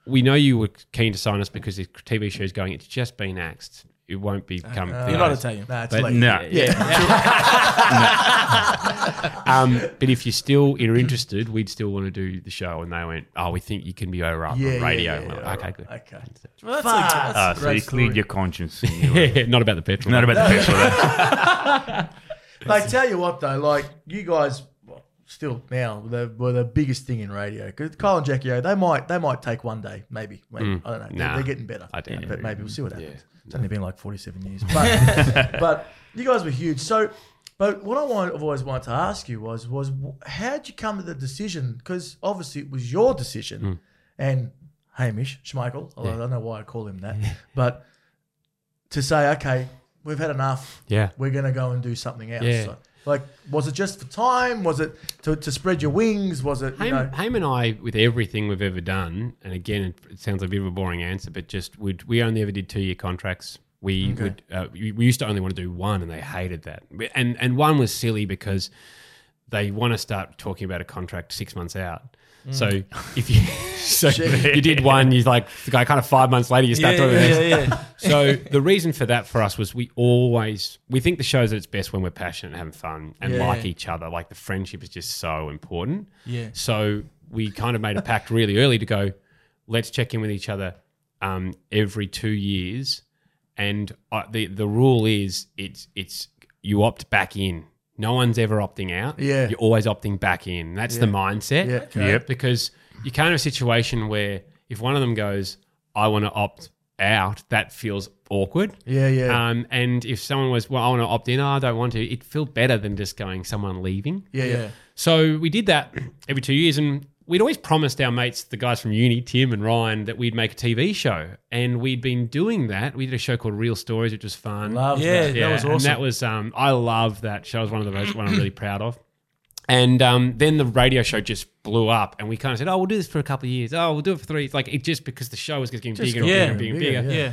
[SPEAKER 5] we know you were keen to sign us because the TV show's going. It's just been axed. It won't
[SPEAKER 1] Uh,
[SPEAKER 5] become.
[SPEAKER 3] You're not Italian.
[SPEAKER 1] Nah, it's
[SPEAKER 5] But
[SPEAKER 1] late.
[SPEAKER 4] No.
[SPEAKER 5] Um, but if you still are interested, we'd still want to do the show. And they went, "Oh, we think you can be over up
[SPEAKER 1] Yeah,
[SPEAKER 5] on
[SPEAKER 1] yeah,
[SPEAKER 5] radio."
[SPEAKER 1] yeah,
[SPEAKER 5] And we're
[SPEAKER 1] yeah,
[SPEAKER 5] like, okay,
[SPEAKER 1] Okay.
[SPEAKER 3] Well, that's
[SPEAKER 1] Fuck.
[SPEAKER 3] like-
[SPEAKER 4] Ah, so you
[SPEAKER 1] Great
[SPEAKER 4] cleared
[SPEAKER 1] story.
[SPEAKER 4] your conscience.
[SPEAKER 5] good. not about the petrol.
[SPEAKER 4] Not about the petrol. though.
[SPEAKER 1] They tell you what though, like you guys well, still now the, were the biggest thing in radio. Because Kyle and Jackie O, they might they might take one day, maybe. maybe. I don't know. They're-
[SPEAKER 5] Mm. nah.
[SPEAKER 1] They're, getting better.
[SPEAKER 5] I doubt it.
[SPEAKER 1] But maybe we'll see what happens. It's only been like forty seven years, but but you guys were huge. So, but what I want, I've always wanted to ask you was was wh- how would you come to the decision? Because obviously it was your decision,
[SPEAKER 5] Mm.
[SPEAKER 1] and Hamish Schmeichel. although I don't know why I call him that, but to say okay. We've had enough
[SPEAKER 5] Yeah.
[SPEAKER 1] we're going to go and do something else.
[SPEAKER 5] Yeah.
[SPEAKER 1] So, like, was it just for time? Was it to, to spread your wings? Was it, you
[SPEAKER 5] Haim,
[SPEAKER 1] know?
[SPEAKER 5] Haim and I, with everything we've ever done, and again, it- it sounds like a bit of a boring answer, but just would we only ever did two year contracts. We would uh, we we used to only want to do one, and they hated that. And and one was silly because they want to start talking about a contract six months out.
[SPEAKER 3] Mm.
[SPEAKER 5] So if you so you did one, you like the guy kind of five months later you start
[SPEAKER 3] Yeah,
[SPEAKER 5] talking
[SPEAKER 3] yeah,
[SPEAKER 5] about
[SPEAKER 3] yeah,
[SPEAKER 5] this.
[SPEAKER 3] yeah.
[SPEAKER 5] So the reason for that for us was we always we think the show's at its best when we're passionate and having fun and like each other. Like the friendship is just so important.
[SPEAKER 3] Yeah.
[SPEAKER 5] So we kind of made a pact really early to go, let's check in with each other um, every two years, and uh, the the rule is it's it's you opt back in. No one's ever opting out.
[SPEAKER 1] Yeah.
[SPEAKER 5] You're always opting back in. That's the mindset.
[SPEAKER 1] Yeah. Okay.
[SPEAKER 4] Yep.
[SPEAKER 5] Because you can't have a situation where if one of them goes, I want to opt out, that feels awkward.
[SPEAKER 1] Yeah, yeah.
[SPEAKER 5] Um, and if someone was, well, I want to opt in, oh, I don't want to, it felt better than just going, someone leaving.
[SPEAKER 1] yeah, yeah.
[SPEAKER 5] So we did that every two years, and we'd always promised our mates, the guys from uni, Tim and Ryan, that we'd make a TV show, and we'd been doing that. We did a show called Real Stories, which was fun.
[SPEAKER 1] Love
[SPEAKER 3] Yeah,
[SPEAKER 1] that.
[SPEAKER 3] that was
[SPEAKER 5] And
[SPEAKER 3] awesome.
[SPEAKER 5] that was um, I love that show. It was one of the most one I'm really proud of. And um, then the radio show just blew up, and we kind of said, "Oh, we'll do this for a couple of years. Oh, we'll do it for three. It's like it just because the show was getting bigger and
[SPEAKER 3] got
[SPEAKER 5] bigger
[SPEAKER 3] bigger
[SPEAKER 5] and bigger and
[SPEAKER 1] and
[SPEAKER 5] bigger.
[SPEAKER 1] bigger,
[SPEAKER 3] Yeah.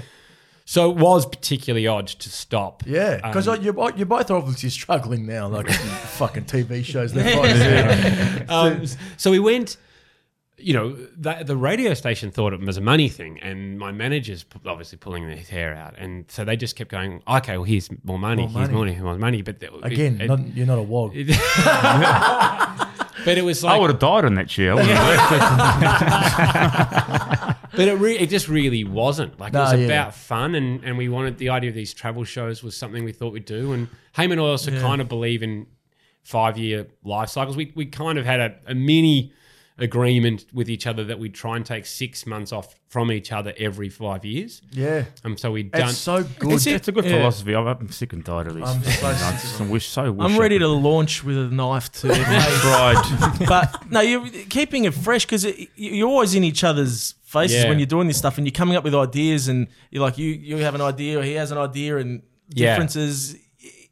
[SPEAKER 5] So it was particularly odd to stop.
[SPEAKER 1] Yeah, because
[SPEAKER 5] Um,
[SPEAKER 1] you're, bo- you're both obviously struggling now, like fucking TV shows. left, right, and centre.
[SPEAKER 5] Um, so we went. You know, the, the radio station thought it was a money thing, and my manager's p- obviously pulling their hair out, and so they just kept going, "Okay, well, here's more money, here's
[SPEAKER 1] money.
[SPEAKER 5] more money, here's more money." But the-
[SPEAKER 1] Again,
[SPEAKER 5] it-
[SPEAKER 1] not, you're not a wog.
[SPEAKER 5] it- but it was like
[SPEAKER 4] I would have died on that chair. I wouldn't have left.
[SPEAKER 5] But it, re- it just really wasn't. Like,
[SPEAKER 1] No,
[SPEAKER 5] it was
[SPEAKER 1] yeah.
[SPEAKER 5] about fun, and, and we wanted the idea of these travel shows was something we thought we'd do. And Heyman and I also kind of believe in five year life cycles. We, we kind of had a, a mini agreement with each other that we'd try and take six months off from each other every five years.
[SPEAKER 1] Yeah,
[SPEAKER 5] And so we'd done.
[SPEAKER 1] it's so good.
[SPEAKER 4] It's, it's a good
[SPEAKER 3] Yeah.
[SPEAKER 4] philosophy. I'm, I'm sick and tired of these.
[SPEAKER 1] I'm
[SPEAKER 4] things.
[SPEAKER 1] so
[SPEAKER 4] I
[SPEAKER 1] sick
[SPEAKER 4] just wish so. Wish
[SPEAKER 3] I'm
[SPEAKER 4] I
[SPEAKER 3] ready
[SPEAKER 4] could-
[SPEAKER 3] to launch with a knife too.
[SPEAKER 4] Right.
[SPEAKER 3] but no, you're keeping it fresh because you're always in each other's faces
[SPEAKER 5] Yeah.
[SPEAKER 3] when you're doing this stuff, and you're coming up with ideas, and you're like, you you have an idea, or he has an idea, and
[SPEAKER 5] Yeah.
[SPEAKER 3] differences.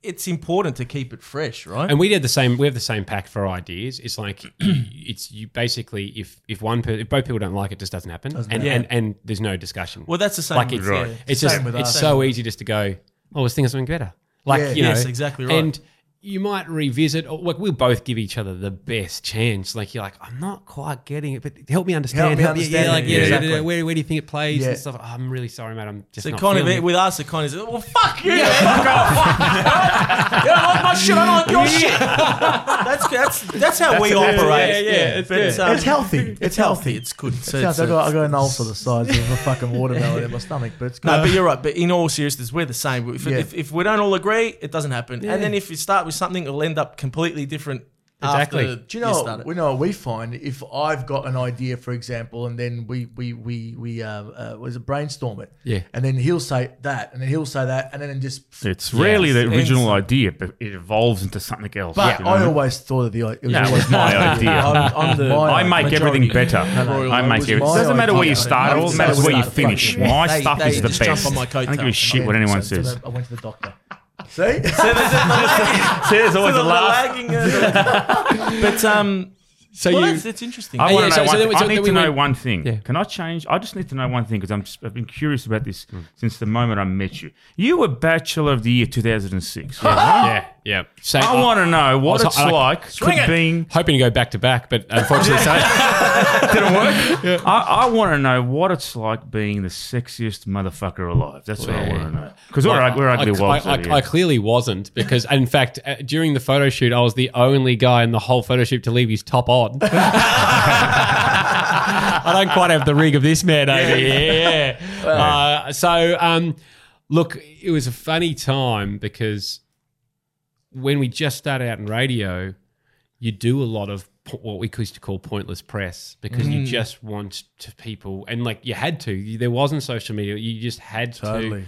[SPEAKER 3] It's important to keep it fresh, right?
[SPEAKER 5] and we did the same. We have the same pack for ideas. It's like it's you basically if if one per, if both people don't like it, it just doesn't happen, and, and and there's no discussion.
[SPEAKER 3] well, that's the same.
[SPEAKER 5] Like
[SPEAKER 3] with-
[SPEAKER 5] it's,
[SPEAKER 3] yeah.
[SPEAKER 5] it's
[SPEAKER 1] Same
[SPEAKER 5] just
[SPEAKER 1] with
[SPEAKER 5] it's
[SPEAKER 1] us.
[SPEAKER 5] so easy just to go. Oh, I was thinking of something better. Like
[SPEAKER 1] Yeah.
[SPEAKER 5] you know,
[SPEAKER 3] Yes, exactly right.
[SPEAKER 5] And you might revisit. Or, like we'll both give each other the best chance. Like you're like, I'm not quite getting it, but help me understand.
[SPEAKER 1] Help me understand
[SPEAKER 5] Yeah,
[SPEAKER 1] it.
[SPEAKER 5] like yeah,
[SPEAKER 1] Yeah,
[SPEAKER 5] yeah,
[SPEAKER 1] exactly.
[SPEAKER 5] yeah, where, where do you think it plays
[SPEAKER 1] Yeah.
[SPEAKER 5] and stuff? Oh, I'm really sorry, mate. I'm just
[SPEAKER 3] So
[SPEAKER 5] not
[SPEAKER 3] kind of
[SPEAKER 5] feeling it.
[SPEAKER 3] with us, it kind of is, well, fuck you, man. Fuck off. you don't like my shit, I don't like your shit. That's that's that's how we operate.
[SPEAKER 5] yeah, yeah, it's
[SPEAKER 3] But
[SPEAKER 5] good.
[SPEAKER 3] um,
[SPEAKER 1] It's healthy. It's healthy.
[SPEAKER 3] It's good. So
[SPEAKER 1] Sounds,
[SPEAKER 3] it's-
[SPEAKER 1] I, got, I got an ulcer the size of a fucking watermelon in my stomach, but it's good.
[SPEAKER 3] No, but you're right. But in all seriousness, we're the same. If,
[SPEAKER 1] Yeah.
[SPEAKER 3] if, if we don't all agree, it doesn't happen. And then if you start with something, it'll end up completely different.
[SPEAKER 5] Exactly.
[SPEAKER 3] After
[SPEAKER 1] Do
[SPEAKER 3] you,
[SPEAKER 1] you know?
[SPEAKER 3] start it.
[SPEAKER 1] we know what we find. If I've got an idea, for example, and then we we we we uh, uh, was it brainstorm it.
[SPEAKER 5] Yeah.
[SPEAKER 1] And then he'll say that, and then he'll say that, and then it just.
[SPEAKER 4] It's rarely the
[SPEAKER 3] It's-
[SPEAKER 4] original idea, but it evolves into something else.
[SPEAKER 1] But
[SPEAKER 4] you know?
[SPEAKER 1] I always thought of the idea. It was
[SPEAKER 4] That
[SPEAKER 1] always
[SPEAKER 4] was my idea.
[SPEAKER 1] I'm, I'm the.
[SPEAKER 4] I make everything better.
[SPEAKER 1] no,
[SPEAKER 4] I
[SPEAKER 1] it
[SPEAKER 4] make
[SPEAKER 1] was
[SPEAKER 4] everything. It
[SPEAKER 1] my
[SPEAKER 4] doesn't matter where
[SPEAKER 1] idea.
[SPEAKER 4] you start. It all
[SPEAKER 1] They
[SPEAKER 4] matters where you
[SPEAKER 1] start
[SPEAKER 4] finish.
[SPEAKER 1] fucking-
[SPEAKER 4] My
[SPEAKER 3] They-
[SPEAKER 4] stuff
[SPEAKER 3] they
[SPEAKER 4] is the
[SPEAKER 3] just jump
[SPEAKER 4] best.
[SPEAKER 3] on my
[SPEAKER 4] I don't give a
[SPEAKER 3] coattails.
[SPEAKER 4] shit what anyone
[SPEAKER 1] So
[SPEAKER 4] says.
[SPEAKER 1] I went to the doctor. See?
[SPEAKER 4] See, there's always a
[SPEAKER 3] The
[SPEAKER 4] laugh.
[SPEAKER 3] lagging, uh, but um,
[SPEAKER 5] So
[SPEAKER 3] well,
[SPEAKER 5] you
[SPEAKER 3] that's, that's interesting.
[SPEAKER 4] I want
[SPEAKER 5] yeah,
[SPEAKER 4] to
[SPEAKER 5] so-
[SPEAKER 4] know.
[SPEAKER 5] so
[SPEAKER 4] one
[SPEAKER 5] then
[SPEAKER 4] thing.
[SPEAKER 5] we- so
[SPEAKER 4] I need
[SPEAKER 5] then we
[SPEAKER 4] to know
[SPEAKER 5] went-
[SPEAKER 4] one thing.
[SPEAKER 5] Yeah.
[SPEAKER 4] Can I change? I just need to know one thing because I've been curious about this
[SPEAKER 5] Mm.
[SPEAKER 4] since the moment I met you. You were Bachelor of the Year 2006.
[SPEAKER 5] yeah yeah. So
[SPEAKER 4] I want to know what
[SPEAKER 5] I was-
[SPEAKER 4] it's
[SPEAKER 5] I like-
[SPEAKER 4] like could being.
[SPEAKER 5] hoping to go back to back, but unfortunately,
[SPEAKER 4] Didn't work. I, I want to know what it's like being the sexiest motherfucker alive. That's what I want to know. Because we're,
[SPEAKER 5] Like,
[SPEAKER 4] ug- we're
[SPEAKER 5] I-
[SPEAKER 4] ugly
[SPEAKER 5] I,
[SPEAKER 4] wolves.
[SPEAKER 5] I,
[SPEAKER 4] over
[SPEAKER 5] I
[SPEAKER 4] here.
[SPEAKER 5] clearly wasn't because, in fact, uh, during the photo shoot, I was the only guy in the whole photo shoot to leave his top on. I don't quite have the rig of this man over here. Yeah. Uh, so, um, look, it was a funny time because when we just started out in radio, you do a lot of po- what we used to call pointless press because
[SPEAKER 4] Mm.
[SPEAKER 5] you just want to people and like you had to You- there wasn't social media you just had to
[SPEAKER 1] Totally.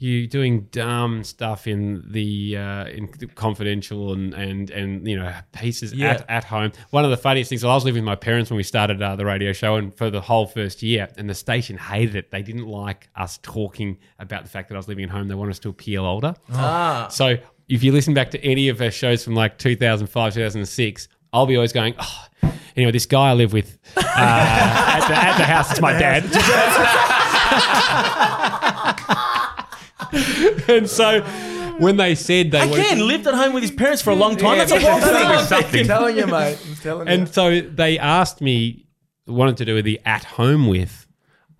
[SPEAKER 5] you doing dumb stuff in the uh, in the confidential and and and you know pieces
[SPEAKER 3] Yeah.
[SPEAKER 5] at, at home. One of the funniest things I was living with my parents when we started uh, the radio show, and for the whole first year, and the station hated it. They didn't like us talking about the fact that I was living at home. They wanted us to appeal older.
[SPEAKER 3] Ah.
[SPEAKER 5] So if you listen back to any of our shows from like 2005, 2006, I'll be always going. Oh, Anyway, this guy I live with uh, at, the, at the house, it's my dad. and so when they said they were-
[SPEAKER 3] Again, lived at home with his parents for a long time.
[SPEAKER 5] Yeah,
[SPEAKER 3] Oh, that's a long
[SPEAKER 5] but-
[SPEAKER 3] thing.
[SPEAKER 1] I'm telling you, mate. I'm telling
[SPEAKER 5] and
[SPEAKER 1] you.
[SPEAKER 5] so they asked me, wanted to do the at home with,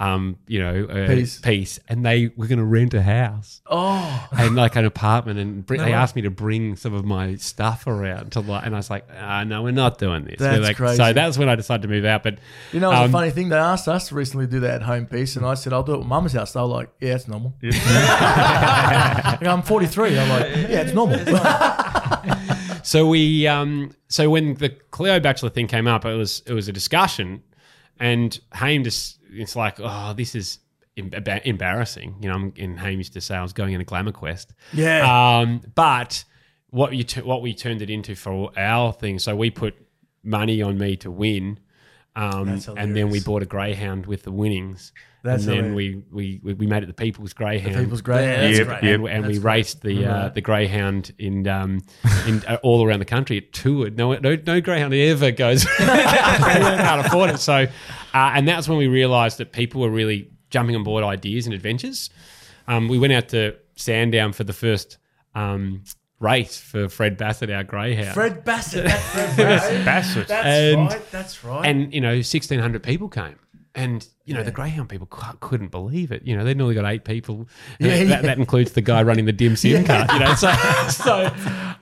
[SPEAKER 5] um, you know, uh,
[SPEAKER 1] Piece.
[SPEAKER 5] piece, and they were going to rent a house
[SPEAKER 1] Oh,
[SPEAKER 5] and like an apartment, and br- they
[SPEAKER 3] way.
[SPEAKER 5] asked me to bring some of my stuff around to like, and I was like, ah, no, we're not doing this. We're
[SPEAKER 1] That's
[SPEAKER 5] like- So
[SPEAKER 1] crazy.
[SPEAKER 5] that's when I decided to move out. But
[SPEAKER 1] you know, it's
[SPEAKER 5] Um,
[SPEAKER 1] a funny thing. They asked us recently to do that at home piece, and I said, I'll do it at mum's house. They were like, Yeah, it's normal. Like, I'm 43. I'm like, Yeah, it's normal.
[SPEAKER 5] so we, um, so when the Cleo Bachelor thing came up, it was it was a discussion, and Haim just it's like, oh, this is. em- emba- Embarrassing, you know. I'm- And Haim used to say I was going in a glamour quest.
[SPEAKER 1] yeah.
[SPEAKER 5] Um, but what you tu- what we turned it into for our thing, so we put money on me to win, Um,
[SPEAKER 1] That's
[SPEAKER 5] and then we
[SPEAKER 1] hilarious.
[SPEAKER 5] bought a greyhound with the winnings.
[SPEAKER 1] That's
[SPEAKER 5] and then we, we, we we made it the People's Greyhound.
[SPEAKER 1] People's Greyhound.
[SPEAKER 4] Yep,
[SPEAKER 1] That's great.
[SPEAKER 5] and, and we raced the uh, the greyhound in um, in uh, all around the country. It toured. No, no, no greyhound ever goes. can't afford it. So, uh, and that's when we realised that people were really jumping on board ideas and adventures. Um, we went out to Sandown for the first um, race for Fred Bassett, our greyhound.
[SPEAKER 1] Fred Bassett. That's Fred Bassett.
[SPEAKER 4] Bassett.
[SPEAKER 1] That's
[SPEAKER 5] And-
[SPEAKER 1] right. That's right.
[SPEAKER 5] and you know 1600 people came and you know the greyhound people cou- couldn't believe it you know they'd normally got eight people and
[SPEAKER 1] Yeah,
[SPEAKER 5] that,
[SPEAKER 1] yeah.
[SPEAKER 5] that includes the guy running the dim sim cart you know so so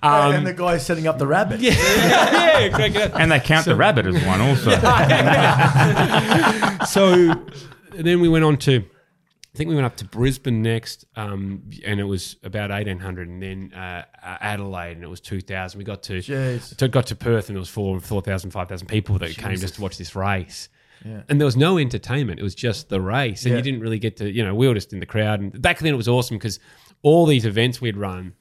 [SPEAKER 5] um,
[SPEAKER 1] and the guy setting up the rabbit. Yeah.
[SPEAKER 5] yeah, correct, yeah.
[SPEAKER 4] And they count the rabbit as one also.
[SPEAKER 5] so and then we went on to I think we went up to Brisbane next, um, and it was about eighteen hundred, and then uh, uh, Adelaide, and it was two thousand. We got to,
[SPEAKER 1] Jeez.
[SPEAKER 5] to got to Perth, and there was four four thousand, five thousand people that came just to watch this race. And there was no entertainment; it was just the race, and
[SPEAKER 1] Yeah.
[SPEAKER 5] you didn't really get to, you know, we were just in the crowd. And back then, it was awesome because all these events we'd run,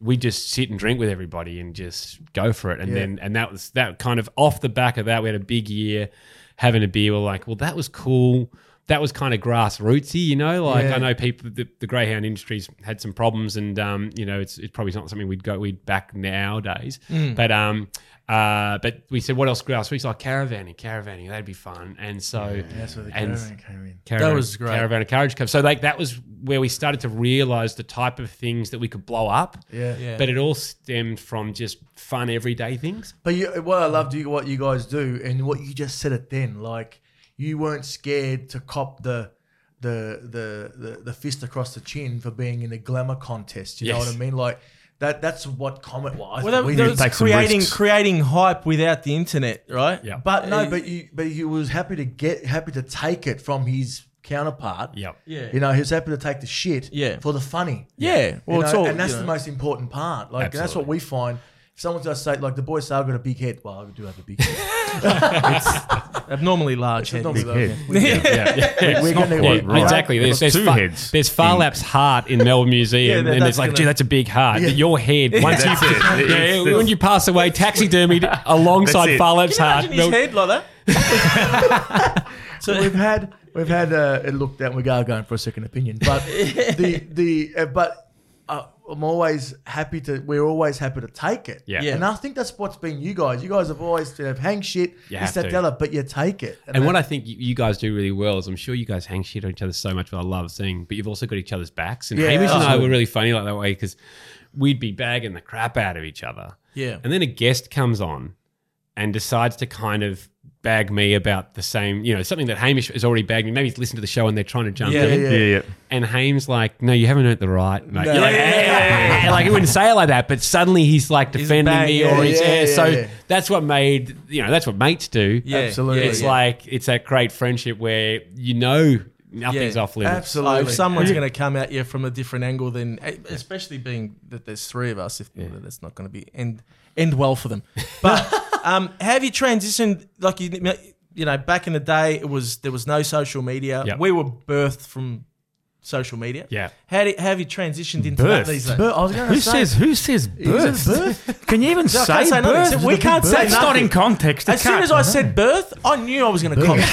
[SPEAKER 5] we just sit and drink with everybody and just go for it. And then and that was that kind of off the back of that, we had a big year having a beer. We're like, well, that was cool. That was kind of grassrootsy, you know. Like
[SPEAKER 1] Yeah.
[SPEAKER 5] I know people, the, the greyhound industry's had some problems, and um, you know, it's, it's probably not something we'd go we'd back nowadays.
[SPEAKER 1] Mm.
[SPEAKER 5] But um, uh, but we said, what else grassroots? Like caravanning, caravanning, that'd be fun. And so
[SPEAKER 1] That's where the
[SPEAKER 5] and-
[SPEAKER 1] caravan came in.
[SPEAKER 5] Caravan,
[SPEAKER 3] That was great.
[SPEAKER 5] Caravan of Courage Cup. So like that was where we started to realize the type of things that we could blow up.
[SPEAKER 1] Yeah.
[SPEAKER 3] Yeah.
[SPEAKER 5] But it all stemmed from just fun everyday things.
[SPEAKER 1] But you, what I
[SPEAKER 3] Mm.
[SPEAKER 1] loved you, what you guys do, and what you just said it then, like you weren't scared to cop the the the the, the fist across the chin for being in a glamour contest. You know
[SPEAKER 5] Yes.
[SPEAKER 1] what I mean? Like that. That's what comment was.
[SPEAKER 3] Well, that,
[SPEAKER 1] We
[SPEAKER 3] that
[SPEAKER 1] did
[SPEAKER 3] was
[SPEAKER 1] take some
[SPEAKER 3] creating
[SPEAKER 1] risks.
[SPEAKER 3] creating hype without the internet, right?
[SPEAKER 5] Yeah.
[SPEAKER 1] But
[SPEAKER 3] uh,
[SPEAKER 1] no, but you, but he was happy to get, happy to take it from his counterpart.
[SPEAKER 5] Yep.
[SPEAKER 3] Yeah.
[SPEAKER 1] You know, he was happy to take the shit.
[SPEAKER 3] Yeah.
[SPEAKER 1] For the funny.
[SPEAKER 3] Yeah. Well,
[SPEAKER 1] you
[SPEAKER 3] it's
[SPEAKER 1] know,
[SPEAKER 3] all
[SPEAKER 1] and that's
[SPEAKER 3] you
[SPEAKER 1] the
[SPEAKER 3] know.
[SPEAKER 1] most important part. Like that's what
[SPEAKER 5] Absolutely.
[SPEAKER 1] we find. If someone does say, like the boys say, I've got a big head. Well, I do have a big head.
[SPEAKER 3] abnormally large head.
[SPEAKER 1] Normally, though,
[SPEAKER 4] head.
[SPEAKER 1] we-
[SPEAKER 5] Yeah, yeah.
[SPEAKER 1] We're gonna
[SPEAKER 5] Yeah,
[SPEAKER 1] we're gonna-
[SPEAKER 5] exactly. There's, there's,
[SPEAKER 4] two
[SPEAKER 5] Fa-
[SPEAKER 4] heads.
[SPEAKER 5] there's Farlap's heart in Melbourne Museum,
[SPEAKER 3] Yeah, that-
[SPEAKER 5] and it's
[SPEAKER 3] that's
[SPEAKER 5] like,
[SPEAKER 3] gonna-
[SPEAKER 5] gee, that's a big heart.
[SPEAKER 1] Yeah.
[SPEAKER 5] Your head, once you,
[SPEAKER 4] That's it.
[SPEAKER 5] yeah,
[SPEAKER 4] It's-
[SPEAKER 5] yeah, when you pass away, taxidermied alongside
[SPEAKER 4] That's it.
[SPEAKER 5] Farlap's heart.
[SPEAKER 3] Imagine his
[SPEAKER 5] Mel-
[SPEAKER 3] head like that.
[SPEAKER 1] So we've had we've had uh, it looked at. We are going for a second opinion, but the the uh, but uh, I'm always happy to. We're always happy to take it.
[SPEAKER 5] Yeah.
[SPEAKER 3] Yeah.
[SPEAKER 1] And I think that's what's been you guys. You guys have always you know, hang shit.
[SPEAKER 5] You
[SPEAKER 1] this,
[SPEAKER 5] have
[SPEAKER 1] that,
[SPEAKER 5] to.
[SPEAKER 1] the other, but you take it.
[SPEAKER 5] And what I think you you guys do really well is I'm sure you guys hang shit on each other so much, but I love seeing, but you've also got each other's backs. And
[SPEAKER 1] Yeah,
[SPEAKER 5] Hamish and I
[SPEAKER 1] absolutely.
[SPEAKER 5] were really funny like that way because we'd be bagging the crap out of each other.
[SPEAKER 3] Yeah.
[SPEAKER 5] And then a guest comes on and decides to kind of bag me about the same, you know, something that Hamish has already bagged me. Maybe he's listened to the show and they're trying to jump
[SPEAKER 3] Yeah,
[SPEAKER 5] in.
[SPEAKER 4] Yeah, yeah.
[SPEAKER 5] And Hames like, no, you haven't earned the right, mate.
[SPEAKER 1] No.
[SPEAKER 5] You're like,
[SPEAKER 1] Yeah,
[SPEAKER 5] "Eh, eh, eh, eh," like he wouldn't say it like that, but suddenly he's like defending
[SPEAKER 3] back,
[SPEAKER 5] me
[SPEAKER 1] yeah,
[SPEAKER 5] or he's
[SPEAKER 1] yeah,
[SPEAKER 5] eh,
[SPEAKER 1] yeah,
[SPEAKER 5] so
[SPEAKER 1] yeah.
[SPEAKER 5] that's what made you know that's what mates do.
[SPEAKER 3] Yeah.
[SPEAKER 1] Absolutely.
[SPEAKER 5] It's
[SPEAKER 1] Yeah.
[SPEAKER 5] like it's that great friendship where you know nothing's
[SPEAKER 3] Yeah.
[SPEAKER 5] off limits.
[SPEAKER 1] absolutely.
[SPEAKER 3] Like, if someone's going to come at you from a different angle, then eh, especially being that there's three of us, if that's not going to be end end well for them. But um, have you transitioned? Like you, you know, back in the day, it was there was no social media.
[SPEAKER 5] Yep.
[SPEAKER 3] We were birthed from social media.
[SPEAKER 5] Yeah.
[SPEAKER 3] How, do, have you transitioned into that
[SPEAKER 4] Birthed?
[SPEAKER 3] these days?
[SPEAKER 1] But I was going to
[SPEAKER 4] Who
[SPEAKER 1] say,
[SPEAKER 4] says who says
[SPEAKER 1] is
[SPEAKER 4] birth?
[SPEAKER 1] it birth?
[SPEAKER 4] Can you even
[SPEAKER 3] I can't
[SPEAKER 4] say,
[SPEAKER 3] say nothing.
[SPEAKER 4] birth?
[SPEAKER 3] It's a We big can't say birth.
[SPEAKER 4] That's not
[SPEAKER 3] nothing.
[SPEAKER 4] in context. It
[SPEAKER 3] As soon
[SPEAKER 4] can't-
[SPEAKER 3] as I said birth, I knew I was going to comment.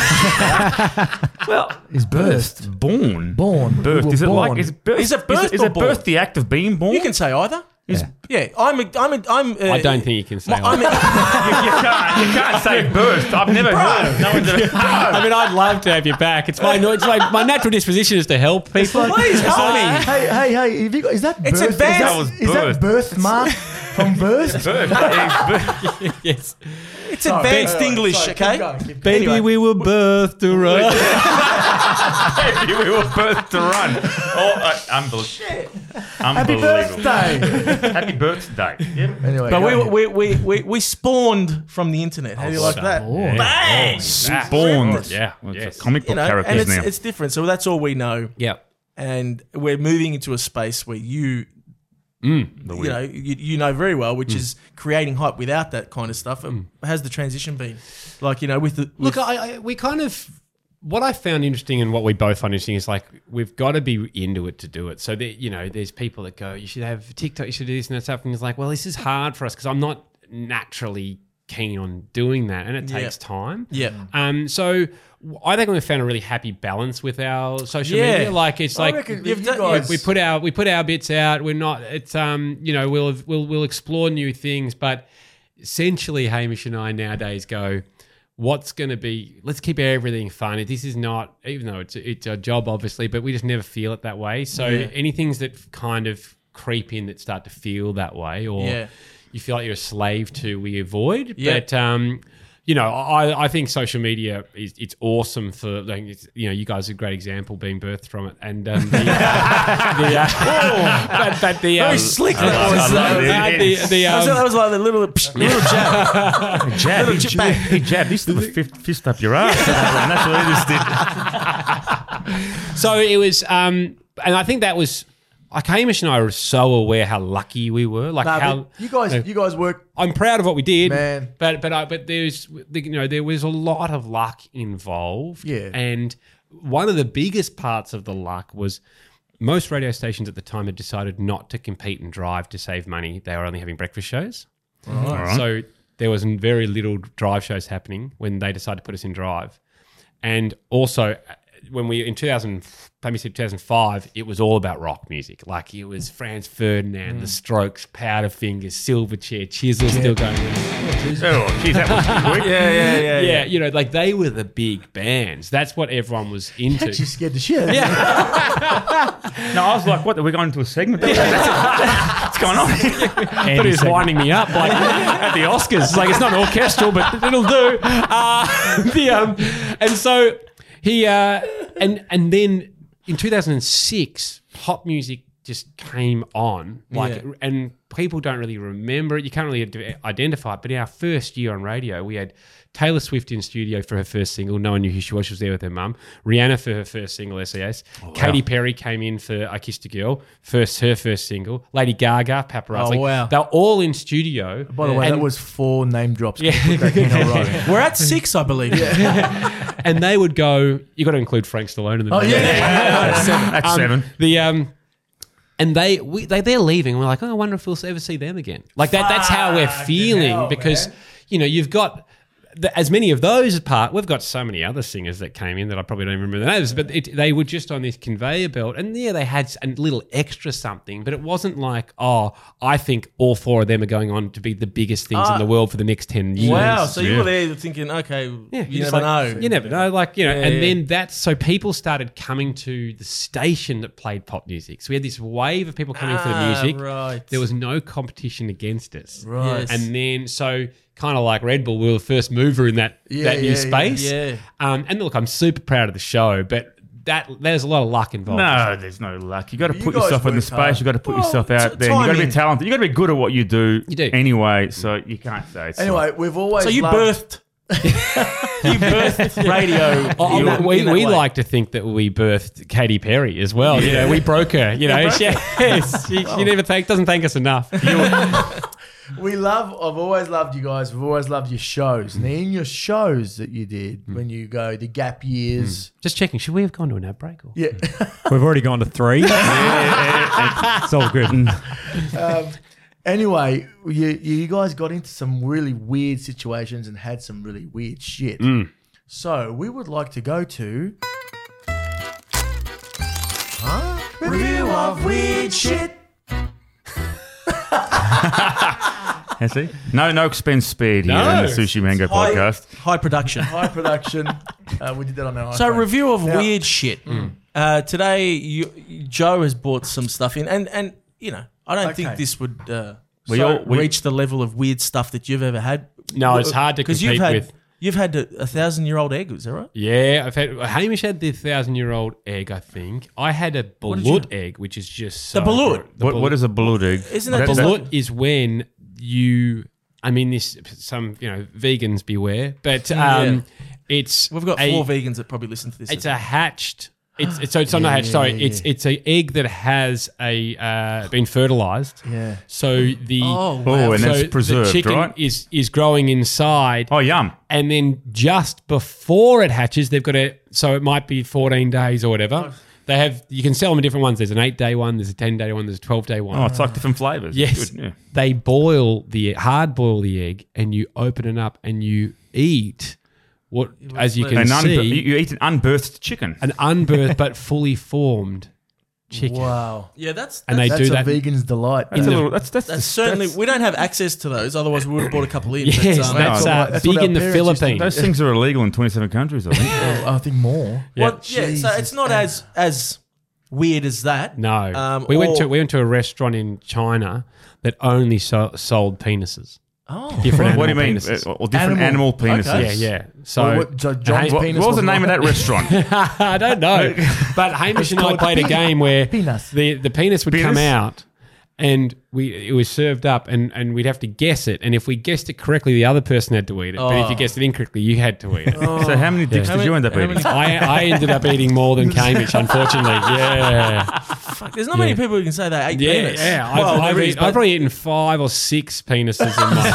[SPEAKER 1] Is birth
[SPEAKER 4] born.
[SPEAKER 1] born?
[SPEAKER 4] Birth.
[SPEAKER 1] We were
[SPEAKER 4] is it
[SPEAKER 1] born.
[SPEAKER 4] like is birth?
[SPEAKER 3] Is it birth
[SPEAKER 4] Is,
[SPEAKER 3] or
[SPEAKER 4] it birth
[SPEAKER 3] born?
[SPEAKER 4] the act of being born?
[SPEAKER 3] You can say either. Yeah, I'm. A, I'm. A, I'm. Uh,
[SPEAKER 5] I don't think you can say.
[SPEAKER 3] My,
[SPEAKER 5] that.
[SPEAKER 3] I'm a,
[SPEAKER 4] you, you can't. You can't say birth. I've never heard. Ah, No one's ever.
[SPEAKER 5] I mean, I'd love to have you back. It's my it's like my natural disposition is to help people.
[SPEAKER 3] please help me.
[SPEAKER 1] Hey, hey, hey! Have you got, is that
[SPEAKER 3] It's
[SPEAKER 1] birth?
[SPEAKER 3] advanced.
[SPEAKER 1] Is
[SPEAKER 4] was
[SPEAKER 3] That
[SPEAKER 1] that, is that
[SPEAKER 4] birth.
[SPEAKER 1] birthmark from birth?
[SPEAKER 4] Birth. It's birth.
[SPEAKER 5] yes,
[SPEAKER 3] It's advanced
[SPEAKER 1] Sorry,
[SPEAKER 3] English,
[SPEAKER 1] sorry, keep
[SPEAKER 3] okay?
[SPEAKER 1] going, keep
[SPEAKER 5] baby,
[SPEAKER 3] Anyway.
[SPEAKER 5] we were birthed to run.
[SPEAKER 4] Maybe we were birth to run. Oh, uh, unbelievable.
[SPEAKER 1] Happy
[SPEAKER 4] Unbelievable.
[SPEAKER 1] birthday!
[SPEAKER 4] Happy birthday. Yep.
[SPEAKER 1] anyway,
[SPEAKER 3] But
[SPEAKER 1] go
[SPEAKER 3] we,
[SPEAKER 1] ahead.
[SPEAKER 3] we, we, we, we spawned from the internet. How do you like that?
[SPEAKER 1] Oh.
[SPEAKER 3] Bang!
[SPEAKER 4] Spawned. Yeah. Well, it's
[SPEAKER 5] Yes.
[SPEAKER 4] comic book
[SPEAKER 3] You know, and
[SPEAKER 4] characters
[SPEAKER 3] it's,
[SPEAKER 4] now.
[SPEAKER 3] it's different. So that's all we know.
[SPEAKER 5] yeah,
[SPEAKER 3] And we're moving into a space where you, you know, you, you know very well, which is creating hype without that kind of stuff. Um How's the transition been? Like, you know, with the.
[SPEAKER 5] Look,
[SPEAKER 3] with-
[SPEAKER 5] I, I we kind of what I found interesting and what we both find interesting is like we've got to be into it to do it. So that you know, there's people that go, you should have TikTok, you should do this and that stuff, and it's like, well, this is hard for us because I'm not naturally keen on doing that, and it takes time.
[SPEAKER 3] Yeah.
[SPEAKER 5] Um. So w- I think we found a really happy balance with our social
[SPEAKER 3] Yeah.
[SPEAKER 5] media. Like it's like
[SPEAKER 1] reckon
[SPEAKER 3] you've
[SPEAKER 1] you
[SPEAKER 3] done-
[SPEAKER 1] guys-
[SPEAKER 5] we put our we put our bits out. We're not. It's um. You know, we'll we'll we'll explore new things, but essentially, Hamish and I nowadays go. What's going to be? Let's keep everything fun. This is not, even though it's it's our job, obviously, but we just never feel it that way. So anything's that kind of creep in that start to feel that way, or
[SPEAKER 3] Yeah.
[SPEAKER 5] you feel like you're a slave to, we avoid.
[SPEAKER 3] Yeah.
[SPEAKER 5] But um, you know, I, I think social media is it's awesome for like it's, you know you guys are a great example being birthed from it and um, the, the, uh, but, but the um,
[SPEAKER 3] Very slick.
[SPEAKER 5] uh,
[SPEAKER 3] that was.
[SPEAKER 5] uh,
[SPEAKER 4] love it.
[SPEAKER 5] the, the,
[SPEAKER 3] That was- that
[SPEAKER 5] um,
[SPEAKER 3] was like the little psh, little jab.
[SPEAKER 4] Jab,
[SPEAKER 3] Little
[SPEAKER 4] he,
[SPEAKER 3] chip back.
[SPEAKER 4] jab, he jabbed. He stood with fist, fist up your ass. And that's what he just did.
[SPEAKER 5] so it was um, and I think that was like Hamish and I were so aware how lucky we were like
[SPEAKER 1] Nah,
[SPEAKER 5] how
[SPEAKER 1] but you guys, you guys work.
[SPEAKER 5] I'm proud of what we did,
[SPEAKER 1] Man.
[SPEAKER 5] But but I, but there's you know there was a lot of luck involved,
[SPEAKER 1] Yeah.
[SPEAKER 5] And one of the biggest parts of the luck was most radio stations at the time had decided not to compete and drive to save money. They were only having breakfast shows, so there was very little drive shows happening when they decided to put us in drive. And also, uh, when we in 2000, let me see, 2005, it was all about rock music. Like it was Franz Ferdinand, The Strokes, Powderfinger, Silverchair, Chisel still going. on.
[SPEAKER 4] Oh, geez, that was quick.
[SPEAKER 3] Yeah, yeah, yeah.
[SPEAKER 5] Yeah, you know, like they were the big bands. That's what everyone was into.
[SPEAKER 1] She scared the shit. Yeah,
[SPEAKER 4] No, I was like, what? Are we going to a segment? What's going on?
[SPEAKER 5] But it's winding me up like at the Oscars. Like it's not orchestral, but it'll do. Uh, the, um, and so he uh, and and then in 2006, pop music just came on. Like
[SPEAKER 3] Yeah.
[SPEAKER 5] and people don't really remember it. You can't really ad- identify it. But in our first year on radio, we had Taylor Swift in studio for her first single. No one knew who she was. She was there with her mum. Rihanna for her first single, SES.
[SPEAKER 3] Oh,
[SPEAKER 5] Katy Perry came in for I Kissed a Girl, first her first single. Lady Gaga, Paparazzi.
[SPEAKER 3] Oh, wow.
[SPEAKER 5] They were all in studio.
[SPEAKER 1] By the way,
[SPEAKER 5] and,
[SPEAKER 1] that was four name drops. Yeah, put that in a row.
[SPEAKER 3] We're at six, I believe.
[SPEAKER 5] and they would go, you got to include Frank Stallone in the
[SPEAKER 1] Oh
[SPEAKER 5] mix."
[SPEAKER 1] yeah, yeah.
[SPEAKER 4] That's seven. That's seven.
[SPEAKER 5] The um, and they we they they're leaving. We're like, oh, I wonder if we'll ever see them again. Like that. That's how we're feeling
[SPEAKER 1] hell,
[SPEAKER 5] because you know you've got. the- As many of those apart, we've got so many other singers that came in that I probably don't remember the names, but it, they were just on this conveyor belt. And yeah, they had a little extra something, but it wasn't like, oh, I think all four of them are going on to be the biggest things
[SPEAKER 1] Ah.
[SPEAKER 5] in the world for the next 10 years.
[SPEAKER 3] Wow. So you were there thinking, okay,
[SPEAKER 5] Yeah,
[SPEAKER 3] you
[SPEAKER 5] just
[SPEAKER 3] never
[SPEAKER 5] like-
[SPEAKER 3] know.
[SPEAKER 5] You never know, like you know. and
[SPEAKER 3] yeah.
[SPEAKER 5] then that's so people started coming to the station that played pop music. So we had this wave of people coming for the
[SPEAKER 3] Ah,
[SPEAKER 5] music.
[SPEAKER 3] right.
[SPEAKER 5] There was no competition against us.
[SPEAKER 3] Right. Yes.
[SPEAKER 5] And then so kind of like Red Bull, we were the first mover in that
[SPEAKER 1] Yeah,
[SPEAKER 5] that new
[SPEAKER 1] yeah,
[SPEAKER 5] space.
[SPEAKER 3] yeah, yeah.
[SPEAKER 5] Um, and look, I'm super proud of the show, but that there's a lot of luck involved.
[SPEAKER 4] No, there's no luck. You got to
[SPEAKER 1] You
[SPEAKER 4] put
[SPEAKER 1] guys
[SPEAKER 4] yourself in the
[SPEAKER 1] worked
[SPEAKER 4] space.
[SPEAKER 1] hard.
[SPEAKER 4] You got to put
[SPEAKER 3] Well,
[SPEAKER 4] yourself
[SPEAKER 3] t-
[SPEAKER 4] out there. You got to be
[SPEAKER 3] timing.
[SPEAKER 4] talented. You got to be good at what you do. You
[SPEAKER 5] do.
[SPEAKER 4] anyway. So you can't say it's
[SPEAKER 1] Anyway, we've always
[SPEAKER 3] So you
[SPEAKER 1] loved-
[SPEAKER 3] birthed. you birthed radio.
[SPEAKER 5] Oh,
[SPEAKER 3] in that-
[SPEAKER 5] we
[SPEAKER 3] in that
[SPEAKER 5] we
[SPEAKER 3] way.
[SPEAKER 5] like to think that we birthed Katy Perry as well. You know, we broke her. You know, she, yes, she, she never thank, doesn't thank us enough.
[SPEAKER 1] We love. I've always loved you guys. We've always loved your shows. And in your shows that you did when you go the gap years.
[SPEAKER 5] Just checking, should we have gone to an ad break? Or?
[SPEAKER 1] Yeah.
[SPEAKER 9] We've already gone to three. it's all good.
[SPEAKER 4] Mm,
[SPEAKER 1] anyway, you you guys got into some really weird situations and had some really weird shit. So we would like to go to. Huh? Review of weird shit.
[SPEAKER 4] Has he? No, no expense spared here in the Sushi Mango
[SPEAKER 3] high,
[SPEAKER 4] podcast.
[SPEAKER 3] high production.
[SPEAKER 1] High production. uh, we did that on our.
[SPEAKER 3] So
[SPEAKER 1] iPhone.
[SPEAKER 3] review of
[SPEAKER 1] Now- Mm.
[SPEAKER 3] weird shit. Uh, today, you, Joe has brought some stuff in, and and you know, I don't think
[SPEAKER 1] Okay.
[SPEAKER 3] this would uh,
[SPEAKER 4] We
[SPEAKER 3] so
[SPEAKER 4] all- we-
[SPEAKER 3] reach the level of weird stuff that you've ever had.
[SPEAKER 5] No, Oh, it's hard to
[SPEAKER 3] because
[SPEAKER 5] compete
[SPEAKER 3] you've had
[SPEAKER 5] with.
[SPEAKER 3] you've had a, a thousand year old egg, is that right?
[SPEAKER 5] Yeah, I've had Hamish had the thousand year old egg. I think I had a
[SPEAKER 3] did you
[SPEAKER 5] balut egg, which is just so
[SPEAKER 3] The balut?
[SPEAKER 4] What, what is a blue egg?
[SPEAKER 3] Isn't that
[SPEAKER 4] That's
[SPEAKER 3] blue-
[SPEAKER 5] balut is when you. I mean, this some you know vegans beware, but um, it's
[SPEAKER 3] We've got
[SPEAKER 5] a-
[SPEAKER 3] four vegans that probably listen to this.
[SPEAKER 5] It's a hatched. It's, it's so it's not a hatch. Sorry, it's it's an egg that has a uh, been fertilized.
[SPEAKER 1] Yeah.
[SPEAKER 5] So the
[SPEAKER 3] oh,
[SPEAKER 4] Oh,
[SPEAKER 3] wow.
[SPEAKER 4] and
[SPEAKER 5] so
[SPEAKER 4] that's
[SPEAKER 5] the
[SPEAKER 4] preserved,
[SPEAKER 5] chicken
[SPEAKER 4] right?
[SPEAKER 5] is is growing inside.
[SPEAKER 4] Oh, yum.
[SPEAKER 5] and then just before it hatches, they've got to. So it might be 14 days or whatever. They have you can sell them in different ones. There's an eight day one, there's a ten day one, there's a twelve day one.
[SPEAKER 4] Oh, it's like different flavors.
[SPEAKER 5] Yes,
[SPEAKER 4] Good, yeah.
[SPEAKER 5] they boil the hard boil the egg, and you open it up and you eat what, as you can
[SPEAKER 4] An unbir-
[SPEAKER 5] see,
[SPEAKER 4] you you eat an unbirthed chicken.
[SPEAKER 5] an unbirthed but fully formed chicken,
[SPEAKER 1] Wow.
[SPEAKER 3] Yeah, that's
[SPEAKER 5] and they
[SPEAKER 1] That's
[SPEAKER 5] do
[SPEAKER 1] a
[SPEAKER 5] that.
[SPEAKER 1] vegan's delight. Uh,
[SPEAKER 4] That's a little. That's that's,
[SPEAKER 3] that's certainly
[SPEAKER 4] that's-
[SPEAKER 3] we don't have access to those. Otherwise, we would have bought a couple in.
[SPEAKER 5] Yes,
[SPEAKER 3] but, um,
[SPEAKER 5] that's,
[SPEAKER 1] That's
[SPEAKER 5] uh,
[SPEAKER 1] what- that's
[SPEAKER 5] big
[SPEAKER 1] what
[SPEAKER 5] in
[SPEAKER 1] our parents
[SPEAKER 5] the
[SPEAKER 1] used to do.
[SPEAKER 5] Philippines.
[SPEAKER 4] those things are illegal in 27 countries. I think.
[SPEAKER 1] oh, I think more.
[SPEAKER 3] well, yeah. So
[SPEAKER 1] Jesus.
[SPEAKER 3] it's not as as weird as that.
[SPEAKER 5] No,
[SPEAKER 3] Um,
[SPEAKER 5] we went
[SPEAKER 3] or-
[SPEAKER 5] to we went to a restaurant in China that only so, sold penises.
[SPEAKER 3] Oh,
[SPEAKER 5] Different
[SPEAKER 4] what do you
[SPEAKER 5] animal
[SPEAKER 4] mean?
[SPEAKER 5] penises.
[SPEAKER 4] Uh, Or different
[SPEAKER 1] Animal.
[SPEAKER 4] animal, penises.
[SPEAKER 5] Yeah, yeah. So
[SPEAKER 1] Or what, so John's
[SPEAKER 5] Hey,
[SPEAKER 4] What,
[SPEAKER 1] penis
[SPEAKER 4] what was the
[SPEAKER 1] was
[SPEAKER 4] name of that restaurant?
[SPEAKER 5] I don't know. But Hamish and I played a game where
[SPEAKER 1] penis.
[SPEAKER 5] the, the penis would come
[SPEAKER 4] Penis?
[SPEAKER 5] out and we it was served up and, and we'd have to guess it. And if we guessed it correctly, the other person had to eat it. But if you
[SPEAKER 1] Oh.
[SPEAKER 5] guessed it incorrectly, you had to eat it.
[SPEAKER 4] So how many dicks did you end up eating?
[SPEAKER 5] I, I ended up eating more than Hamish, unfortunately. Yeah.
[SPEAKER 3] there's not many people who can say they ate
[SPEAKER 5] Yeah.
[SPEAKER 3] penis.
[SPEAKER 5] yeah. I've,
[SPEAKER 3] Well,
[SPEAKER 5] I've,
[SPEAKER 3] there
[SPEAKER 5] eaten-
[SPEAKER 3] is,
[SPEAKER 5] I've
[SPEAKER 3] but-
[SPEAKER 5] probably eaten five or six penises in my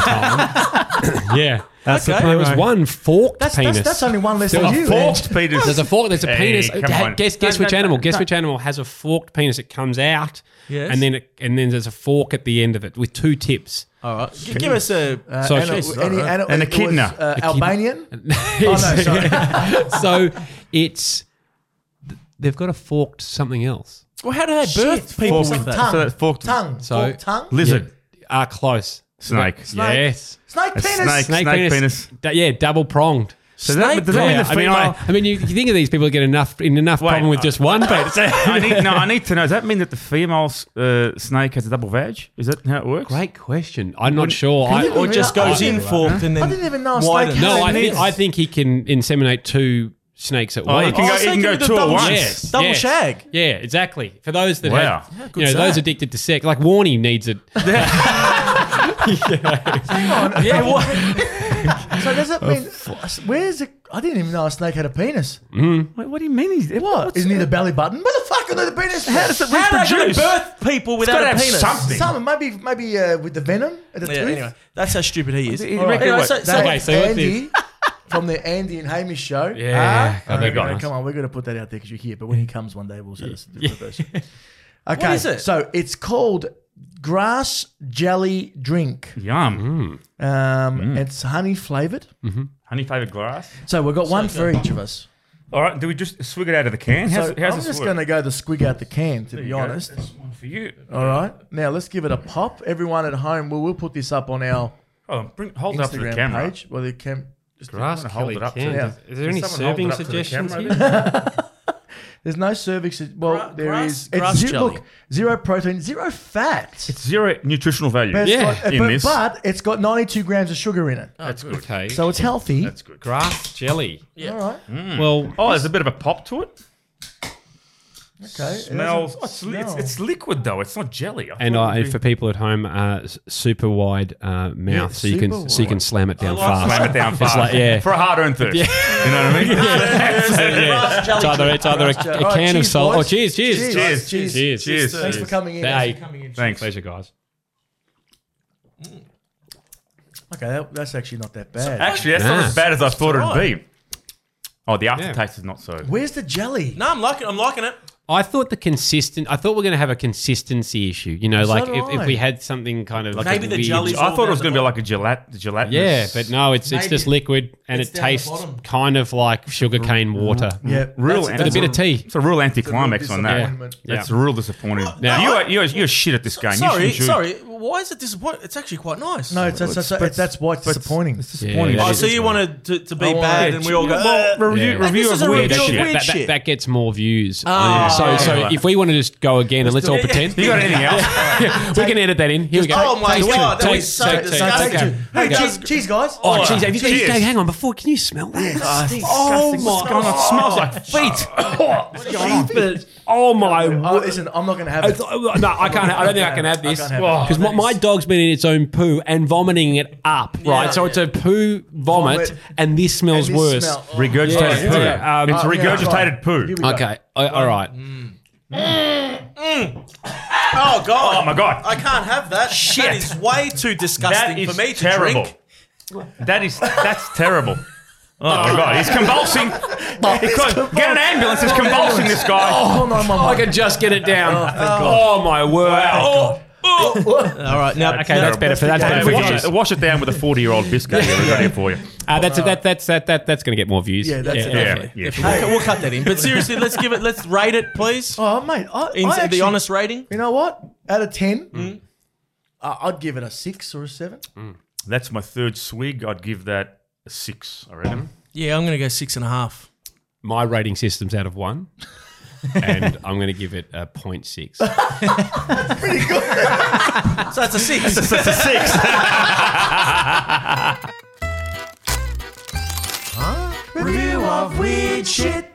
[SPEAKER 5] time. yeah.
[SPEAKER 4] That's
[SPEAKER 3] Okay.
[SPEAKER 4] the
[SPEAKER 5] There was
[SPEAKER 4] promo.
[SPEAKER 5] one forked
[SPEAKER 1] That's,
[SPEAKER 5] penis.
[SPEAKER 1] that's, that's only one less than
[SPEAKER 5] was
[SPEAKER 1] you.
[SPEAKER 5] four.
[SPEAKER 1] man.
[SPEAKER 4] Forked penis.
[SPEAKER 5] There's a fork. There's a
[SPEAKER 4] Hey,
[SPEAKER 5] penis.
[SPEAKER 4] come
[SPEAKER 5] Ha-
[SPEAKER 4] on.
[SPEAKER 5] Guess, guess
[SPEAKER 4] No,
[SPEAKER 5] which
[SPEAKER 4] no,
[SPEAKER 5] animal.
[SPEAKER 4] no,
[SPEAKER 5] guess
[SPEAKER 4] no.
[SPEAKER 5] which animal has a forked penis. It comes out,
[SPEAKER 3] Yes.
[SPEAKER 5] and then it, and then there's a fork at the end of it with two tips.
[SPEAKER 3] All right. G- Give us a.
[SPEAKER 1] Uh,
[SPEAKER 5] So
[SPEAKER 1] and,
[SPEAKER 5] she's-
[SPEAKER 1] uh, any, and, it
[SPEAKER 4] An
[SPEAKER 1] was,
[SPEAKER 4] echidna.
[SPEAKER 1] uh, Albanian? Oh, no, sorry.
[SPEAKER 5] so it's th- they've got a forked something else.
[SPEAKER 3] well, how do they birth people
[SPEAKER 4] Forked-
[SPEAKER 3] with that?
[SPEAKER 1] tongue.
[SPEAKER 4] So that's forked
[SPEAKER 1] Tongue.
[SPEAKER 5] So-
[SPEAKER 1] Forked tongue?
[SPEAKER 4] lizard,
[SPEAKER 5] Ah, close.
[SPEAKER 4] snake.
[SPEAKER 5] Yes.
[SPEAKER 1] Snake
[SPEAKER 4] A
[SPEAKER 1] penis.
[SPEAKER 4] snake. Snake penis.
[SPEAKER 5] Da- yeah, double pronged.
[SPEAKER 4] So that, does that mean
[SPEAKER 5] Yeah,
[SPEAKER 4] the
[SPEAKER 5] I mean,
[SPEAKER 4] female?
[SPEAKER 5] I, I mean, you, you think of these people get enough in enough
[SPEAKER 4] Wait, uh,
[SPEAKER 5] problem with
[SPEAKER 4] I-
[SPEAKER 5] just one penis.
[SPEAKER 4] I need, no, I need to know. Does that mean that the female uh, snake has a double vag? Is that how it works?
[SPEAKER 5] Great question. I'm not sure. I,
[SPEAKER 1] you-
[SPEAKER 3] Or just goes
[SPEAKER 1] I-
[SPEAKER 3] in forked and then.
[SPEAKER 1] I didn't even know a
[SPEAKER 3] widened.
[SPEAKER 1] snake had
[SPEAKER 5] no, I
[SPEAKER 1] penis.
[SPEAKER 5] think I think he can inseminate two snakes at
[SPEAKER 4] Oh,
[SPEAKER 5] once.
[SPEAKER 4] you can
[SPEAKER 3] Oh,
[SPEAKER 4] go,
[SPEAKER 3] so
[SPEAKER 4] you
[SPEAKER 3] you
[SPEAKER 4] can go
[SPEAKER 3] can do
[SPEAKER 4] two at
[SPEAKER 3] double-
[SPEAKER 4] once.
[SPEAKER 3] Yes. Double shag.
[SPEAKER 5] Yeah, exactly. For those that
[SPEAKER 4] Wow. Oh,
[SPEAKER 5] have,
[SPEAKER 4] How
[SPEAKER 5] you know,
[SPEAKER 3] good's
[SPEAKER 5] those
[SPEAKER 3] that?
[SPEAKER 5] addicted to sex, like Warney needs it.
[SPEAKER 3] Yeah, what?
[SPEAKER 1] So does it mean where's it? I didn't even know a snake had a penis.
[SPEAKER 4] Wait, what do you mean? He's,
[SPEAKER 1] What?
[SPEAKER 4] what's-
[SPEAKER 1] Isn't it a belly button? Where the fuck are the penis? How does it
[SPEAKER 3] How are they going to
[SPEAKER 4] reproduce?
[SPEAKER 3] birth people without
[SPEAKER 4] gotta
[SPEAKER 3] a
[SPEAKER 4] have
[SPEAKER 3] penis?
[SPEAKER 4] something.
[SPEAKER 1] Some maybe maybe uh, with the venom at the
[SPEAKER 3] Yeah,
[SPEAKER 1] tooth.
[SPEAKER 3] anyway, that's how stupid he is.
[SPEAKER 4] You
[SPEAKER 3] All
[SPEAKER 4] reckon
[SPEAKER 3] Anyway,
[SPEAKER 4] what?
[SPEAKER 3] so, so,
[SPEAKER 1] That
[SPEAKER 5] Okay, so what's
[SPEAKER 1] Andy from the Andy and Hamish show.
[SPEAKER 5] Yeah.
[SPEAKER 1] Ah,
[SPEAKER 5] Oh, they've got
[SPEAKER 1] okay,
[SPEAKER 5] us.
[SPEAKER 1] come on, we're gonna put that out there because you're here. But when he comes one day, we'll say this. Okay,
[SPEAKER 3] is it?
[SPEAKER 1] so it's called grass jelly drink.
[SPEAKER 4] Yum.
[SPEAKER 1] Um, it's honey flavored.
[SPEAKER 4] Honey flavored glass.
[SPEAKER 1] So we've got one for each of us.
[SPEAKER 4] All right. Do we just swig it out of the can? How's,
[SPEAKER 1] So
[SPEAKER 4] how's
[SPEAKER 1] I'm
[SPEAKER 4] this
[SPEAKER 1] just
[SPEAKER 4] work?
[SPEAKER 1] gonna go the squig out the can. To be
[SPEAKER 4] There you go.
[SPEAKER 1] honest.
[SPEAKER 4] That's one for you.
[SPEAKER 1] All right. Now let's give it a pop. Everyone at home, we'll, we'll put this up on our
[SPEAKER 4] Oh, bring, hold it up to the
[SPEAKER 1] Instagram
[SPEAKER 4] camera.
[SPEAKER 1] page. Well, the cam- just
[SPEAKER 5] Grass
[SPEAKER 4] I'm gonna hold
[SPEAKER 5] Kelly
[SPEAKER 4] it up to
[SPEAKER 5] can.
[SPEAKER 1] Yeah.
[SPEAKER 5] Is, is there any
[SPEAKER 4] someone hold
[SPEAKER 5] serving
[SPEAKER 4] it up to the
[SPEAKER 5] suggestions
[SPEAKER 4] camera
[SPEAKER 5] here?
[SPEAKER 1] There's no cervix. Well,
[SPEAKER 3] Gra-
[SPEAKER 1] there
[SPEAKER 3] grass-
[SPEAKER 1] is.
[SPEAKER 3] grass
[SPEAKER 1] zero,
[SPEAKER 3] jelly.
[SPEAKER 1] Look, zero protein, zero fat.
[SPEAKER 4] It's zero nutritional value.
[SPEAKER 1] But it's
[SPEAKER 5] Yeah.
[SPEAKER 1] got-
[SPEAKER 4] In
[SPEAKER 1] but,
[SPEAKER 4] this.
[SPEAKER 1] but it's got 92 grams of sugar in it,
[SPEAKER 5] That's good. Okay.
[SPEAKER 1] so it's healthy.
[SPEAKER 4] That's good.
[SPEAKER 5] grass jelly.
[SPEAKER 1] All right.
[SPEAKER 5] Well,
[SPEAKER 4] Oh, there's a bit of a pop to it.
[SPEAKER 1] Okay.
[SPEAKER 4] Smells. Oh, it's, li- it's, it's liquid though. It's not jelly. I
[SPEAKER 5] and
[SPEAKER 4] thought
[SPEAKER 5] I,
[SPEAKER 4] it'd be-
[SPEAKER 5] for people at home, uh, s- super wide uh, mouth, so you can
[SPEAKER 1] super
[SPEAKER 5] so you can
[SPEAKER 1] wide.
[SPEAKER 5] slam it down
[SPEAKER 4] I'll
[SPEAKER 5] fast.
[SPEAKER 4] slam it down fast.
[SPEAKER 5] like, yeah.
[SPEAKER 4] For a hard-earned thirst. You know what I mean?
[SPEAKER 5] yeah. It's either, it's either a, a
[SPEAKER 1] All right,
[SPEAKER 5] can of
[SPEAKER 1] cheers,
[SPEAKER 5] salt. Oh,
[SPEAKER 1] boys.
[SPEAKER 5] cheers, cheers,
[SPEAKER 1] Cheers.
[SPEAKER 4] Cheers.
[SPEAKER 1] Cheers.
[SPEAKER 5] cheers,
[SPEAKER 4] Cheers.
[SPEAKER 1] Thanks for coming in.
[SPEAKER 5] Hey,
[SPEAKER 4] Thanks.
[SPEAKER 5] pleasure, guys.
[SPEAKER 1] Okay, that, that's actually not that bad.
[SPEAKER 4] Actually, that's not
[SPEAKER 5] Yeah.
[SPEAKER 4] as bad as I thought it'd be. Oh, the aftertaste
[SPEAKER 5] Yeah.
[SPEAKER 4] is not so.
[SPEAKER 1] Where's the jelly?
[SPEAKER 3] no, I'm liking. I'm liking it.
[SPEAKER 5] I thought the consistent. I thought we're going to have a consistency issue. You know, like
[SPEAKER 1] do
[SPEAKER 5] if, if
[SPEAKER 1] I.
[SPEAKER 5] we had something kind of like
[SPEAKER 3] Maybe
[SPEAKER 5] a
[SPEAKER 3] the
[SPEAKER 5] weird-
[SPEAKER 3] jelly's
[SPEAKER 4] I thought it was going to be
[SPEAKER 3] all
[SPEAKER 4] like a gelat, gelatinous.
[SPEAKER 5] Yeah, but no, it's it's just liquid and
[SPEAKER 3] it's
[SPEAKER 5] it
[SPEAKER 3] down the
[SPEAKER 5] tastes
[SPEAKER 3] bottom.
[SPEAKER 5] kind of like sugarcane
[SPEAKER 1] Mm-hmm.
[SPEAKER 5] water.
[SPEAKER 1] Yeah.
[SPEAKER 4] Real
[SPEAKER 1] that's-
[SPEAKER 4] anti-
[SPEAKER 5] But a bit of tea.
[SPEAKER 4] It's a real anticlimax on that.
[SPEAKER 1] disappointment.
[SPEAKER 5] Yeah.
[SPEAKER 4] That's real disappointing. Now you are, you're, you're shit at this game. You
[SPEAKER 3] Sorry,
[SPEAKER 4] shouldn't shoot.
[SPEAKER 3] sorry. Why is it disappointing? It's actually quite nice.
[SPEAKER 1] No, it's, it's, it's, it's, that's why it's
[SPEAKER 4] but-
[SPEAKER 1] disappointing.
[SPEAKER 4] It's disappointing.
[SPEAKER 5] Yeah,
[SPEAKER 3] I
[SPEAKER 5] it
[SPEAKER 3] see
[SPEAKER 5] is
[SPEAKER 3] you wanted to, to be
[SPEAKER 1] Oh,
[SPEAKER 3] bad,
[SPEAKER 1] yeah,
[SPEAKER 3] and we all go. "Oh,
[SPEAKER 4] Well,
[SPEAKER 3] "Ugh."
[SPEAKER 4] review,
[SPEAKER 5] Yeah.
[SPEAKER 4] review
[SPEAKER 3] This
[SPEAKER 4] of
[SPEAKER 3] is a
[SPEAKER 4] weird
[SPEAKER 3] real
[SPEAKER 4] shit.
[SPEAKER 3] weird-
[SPEAKER 5] That, that-
[SPEAKER 3] shit.
[SPEAKER 5] that gets more views.
[SPEAKER 3] Ah.
[SPEAKER 5] so so
[SPEAKER 4] Yeah.
[SPEAKER 5] if we wanted to just go again and let's all pretend,
[SPEAKER 4] You got anything else?
[SPEAKER 5] we can edit that in. Here we go.
[SPEAKER 3] Oh my
[SPEAKER 5] Take two,
[SPEAKER 3] god, that
[SPEAKER 5] take-
[SPEAKER 3] was so
[SPEAKER 5] take two,
[SPEAKER 1] So
[SPEAKER 3] disgusting.
[SPEAKER 1] take
[SPEAKER 5] okay.
[SPEAKER 1] two. Hey,
[SPEAKER 5] Okay.
[SPEAKER 1] cheese, cheese, guys.
[SPEAKER 5] Oh, jeez, have you got
[SPEAKER 4] Cheers.
[SPEAKER 5] Dave, hang on before. Can you smell that?
[SPEAKER 4] oh my god! It smells like feet.
[SPEAKER 5] Oh my!
[SPEAKER 1] Oh, listen, I'm not going to have it.
[SPEAKER 5] no, I can't. I don't think I can have this Oh,
[SPEAKER 1] I can't have
[SPEAKER 5] because my, my dog's been in its own poo and vomiting it up. Right, so it's a poo vomit,
[SPEAKER 1] Vomit.
[SPEAKER 5] and this smells
[SPEAKER 1] This
[SPEAKER 5] worse.
[SPEAKER 1] smell- oh,
[SPEAKER 4] Regurgitated
[SPEAKER 5] Yeah.
[SPEAKER 4] poo.
[SPEAKER 5] Yeah, um,
[SPEAKER 4] it's
[SPEAKER 5] Oh,
[SPEAKER 1] yeah, here
[SPEAKER 4] regurgitated poo.
[SPEAKER 1] we go.
[SPEAKER 5] Okay, I- all right.
[SPEAKER 3] Oh god.
[SPEAKER 4] Oh my god!
[SPEAKER 3] I can't have that.
[SPEAKER 4] Shit.
[SPEAKER 3] That is way too disgusting
[SPEAKER 4] That is
[SPEAKER 3] for me to
[SPEAKER 4] terrible.
[SPEAKER 3] drink.
[SPEAKER 4] That is that's terrible. Oh my god, he's convulsing. He could- get an ambulance, he's convulsing this guy.
[SPEAKER 1] Call 911.
[SPEAKER 5] I can just get it down. Oh, my word. Oh,
[SPEAKER 3] All right, now
[SPEAKER 5] okay, that's better for that's
[SPEAKER 4] Hey,
[SPEAKER 5] better for
[SPEAKER 4] wash,
[SPEAKER 5] views.
[SPEAKER 4] it, wash it down with a 40 year old biscuit here. we got here for you.
[SPEAKER 5] Uh, that's that, that's that, that that's going to get more views.
[SPEAKER 1] Yeah, that's it.
[SPEAKER 4] Yeah, yeah.
[SPEAKER 3] We'll, cut- we'll cut that in. But seriously, let's give it. Let's rate it, please.
[SPEAKER 1] Oh, mate. I,
[SPEAKER 3] In,
[SPEAKER 1] I actually,
[SPEAKER 3] the honest rating.
[SPEAKER 1] You know what? Out of 10, I- I'd give it a six or a seven.
[SPEAKER 4] That's my third swig. I'd give that a six, I reckon.
[SPEAKER 3] Yeah, I'm going to go six and a half.
[SPEAKER 5] My rating system's out of one, and I'm going to give it a 0.6.
[SPEAKER 3] So that's a six.
[SPEAKER 4] That's a six.
[SPEAKER 1] Review of weird shit.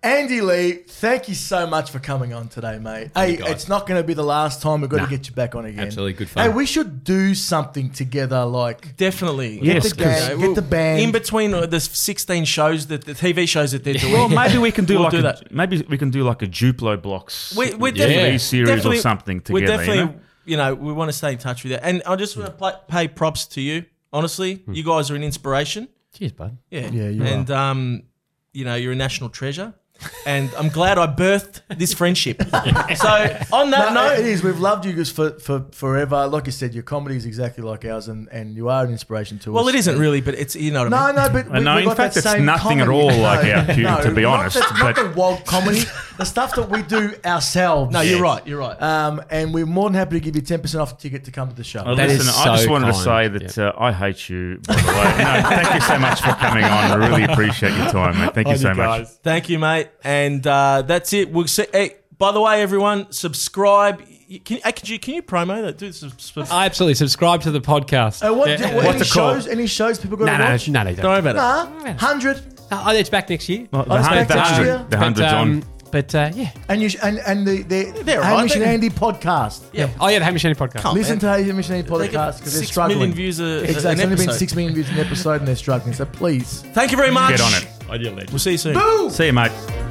[SPEAKER 1] Andy Lee, thank you so much for coming on today, mate. Hey, it's not going to be the last time. We've got to get you back on again.
[SPEAKER 5] absolutely. Good fun.
[SPEAKER 1] Hey, we should do something together, like
[SPEAKER 3] Definitely.
[SPEAKER 1] get
[SPEAKER 4] Yes,
[SPEAKER 1] the band, get the band.
[SPEAKER 3] In between uh, the 16 shows that the TV shows that they're doing.
[SPEAKER 4] Well, maybe we can do
[SPEAKER 3] We'll
[SPEAKER 4] like
[SPEAKER 3] do
[SPEAKER 4] a,
[SPEAKER 3] that.
[SPEAKER 4] maybe we can do like a Duplo blocks
[SPEAKER 3] We- we're
[SPEAKER 4] TV
[SPEAKER 3] definitely-
[SPEAKER 4] series
[SPEAKER 3] definitely-
[SPEAKER 4] or something
[SPEAKER 3] we
[SPEAKER 4] together.
[SPEAKER 3] definitely,
[SPEAKER 4] you
[SPEAKER 3] you
[SPEAKER 4] know?
[SPEAKER 3] know? we want to stay in touch with you. And I just want to play, pay props to you. Honestly,
[SPEAKER 4] Hmm.
[SPEAKER 3] you guys are an inspiration.
[SPEAKER 5] Cheers, bud.
[SPEAKER 3] Yeah,
[SPEAKER 1] Yeah, you
[SPEAKER 3] and um, you know, you're a national treasure. And I'm glad I birthed this friendship. So on that
[SPEAKER 1] No, it
[SPEAKER 3] note,
[SPEAKER 1] is. We've loved you guys for, for forever. Like you said, your comedy is exactly like ours, and, and you are an inspiration to us.
[SPEAKER 3] well, it isn't really, but it's you know what I
[SPEAKER 1] No,
[SPEAKER 3] mean.
[SPEAKER 1] no, but we,
[SPEAKER 4] no,
[SPEAKER 1] we
[SPEAKER 4] in
[SPEAKER 1] got
[SPEAKER 4] fact,
[SPEAKER 1] that
[SPEAKER 4] it's
[SPEAKER 1] same
[SPEAKER 4] nothing at
[SPEAKER 1] comedy.
[SPEAKER 4] all like
[SPEAKER 1] No,
[SPEAKER 4] our tune,
[SPEAKER 1] no,
[SPEAKER 4] to be
[SPEAKER 1] not
[SPEAKER 4] honest,
[SPEAKER 1] the- not
[SPEAKER 4] but-
[SPEAKER 1] the wild comedy, the stuff that we do ourselves.
[SPEAKER 3] No, you're right. You're right.
[SPEAKER 1] Um, and we're more than happy to give you ten percent off a ticket to come to the show.
[SPEAKER 4] Uh,
[SPEAKER 5] That is
[SPEAKER 4] Listen, I just
[SPEAKER 5] so
[SPEAKER 4] wanted to
[SPEAKER 5] kind.
[SPEAKER 4] say that uh, I hate you. By the way, no, thank you so much for coming on. I really appreciate your time, mate. Thank you so much.
[SPEAKER 3] Thank you, mate. And uh, that's it. We'll see. Hey, by the way, everyone, subscribe. You- Can, hey, could you can you promo that? Do some, some-
[SPEAKER 5] I absolutely subscribe to the podcast.
[SPEAKER 1] Uh, what, do,
[SPEAKER 5] Yeah.
[SPEAKER 1] what, any
[SPEAKER 4] it called?
[SPEAKER 1] shows? Any shows people got
[SPEAKER 5] No,
[SPEAKER 1] to
[SPEAKER 5] no,
[SPEAKER 1] watch?
[SPEAKER 5] no, no,
[SPEAKER 3] don't
[SPEAKER 5] don't.
[SPEAKER 3] worry about it.
[SPEAKER 1] Nah, hundred,
[SPEAKER 5] Oh, it's back next year.
[SPEAKER 4] Well, the
[SPEAKER 1] it's
[SPEAKER 4] hun-
[SPEAKER 1] back
[SPEAKER 4] the
[SPEAKER 1] to
[SPEAKER 4] hundred,
[SPEAKER 1] you.
[SPEAKER 4] the hundred,
[SPEAKER 5] but,
[SPEAKER 4] John.
[SPEAKER 5] um, but uh, yeah.
[SPEAKER 1] and you sh- and and the the
[SPEAKER 3] They're all
[SPEAKER 1] Hamish
[SPEAKER 3] right,
[SPEAKER 1] and
[SPEAKER 3] they-
[SPEAKER 1] Andy podcast.
[SPEAKER 5] yeah. Oh, yeah, the Hamish Andy podcast.
[SPEAKER 1] Listen to Hamish and Andy
[SPEAKER 3] They get
[SPEAKER 1] podcast because they're
[SPEAKER 3] six
[SPEAKER 1] struggling.
[SPEAKER 3] million views a,
[SPEAKER 1] Exactly,
[SPEAKER 3] an
[SPEAKER 1] it's only been
[SPEAKER 3] episode.
[SPEAKER 1] six million views an episode, and they're struggling. So please.
[SPEAKER 3] Thank you very much.
[SPEAKER 4] Get on it.
[SPEAKER 3] We'll see you soon.
[SPEAKER 4] See you, mate.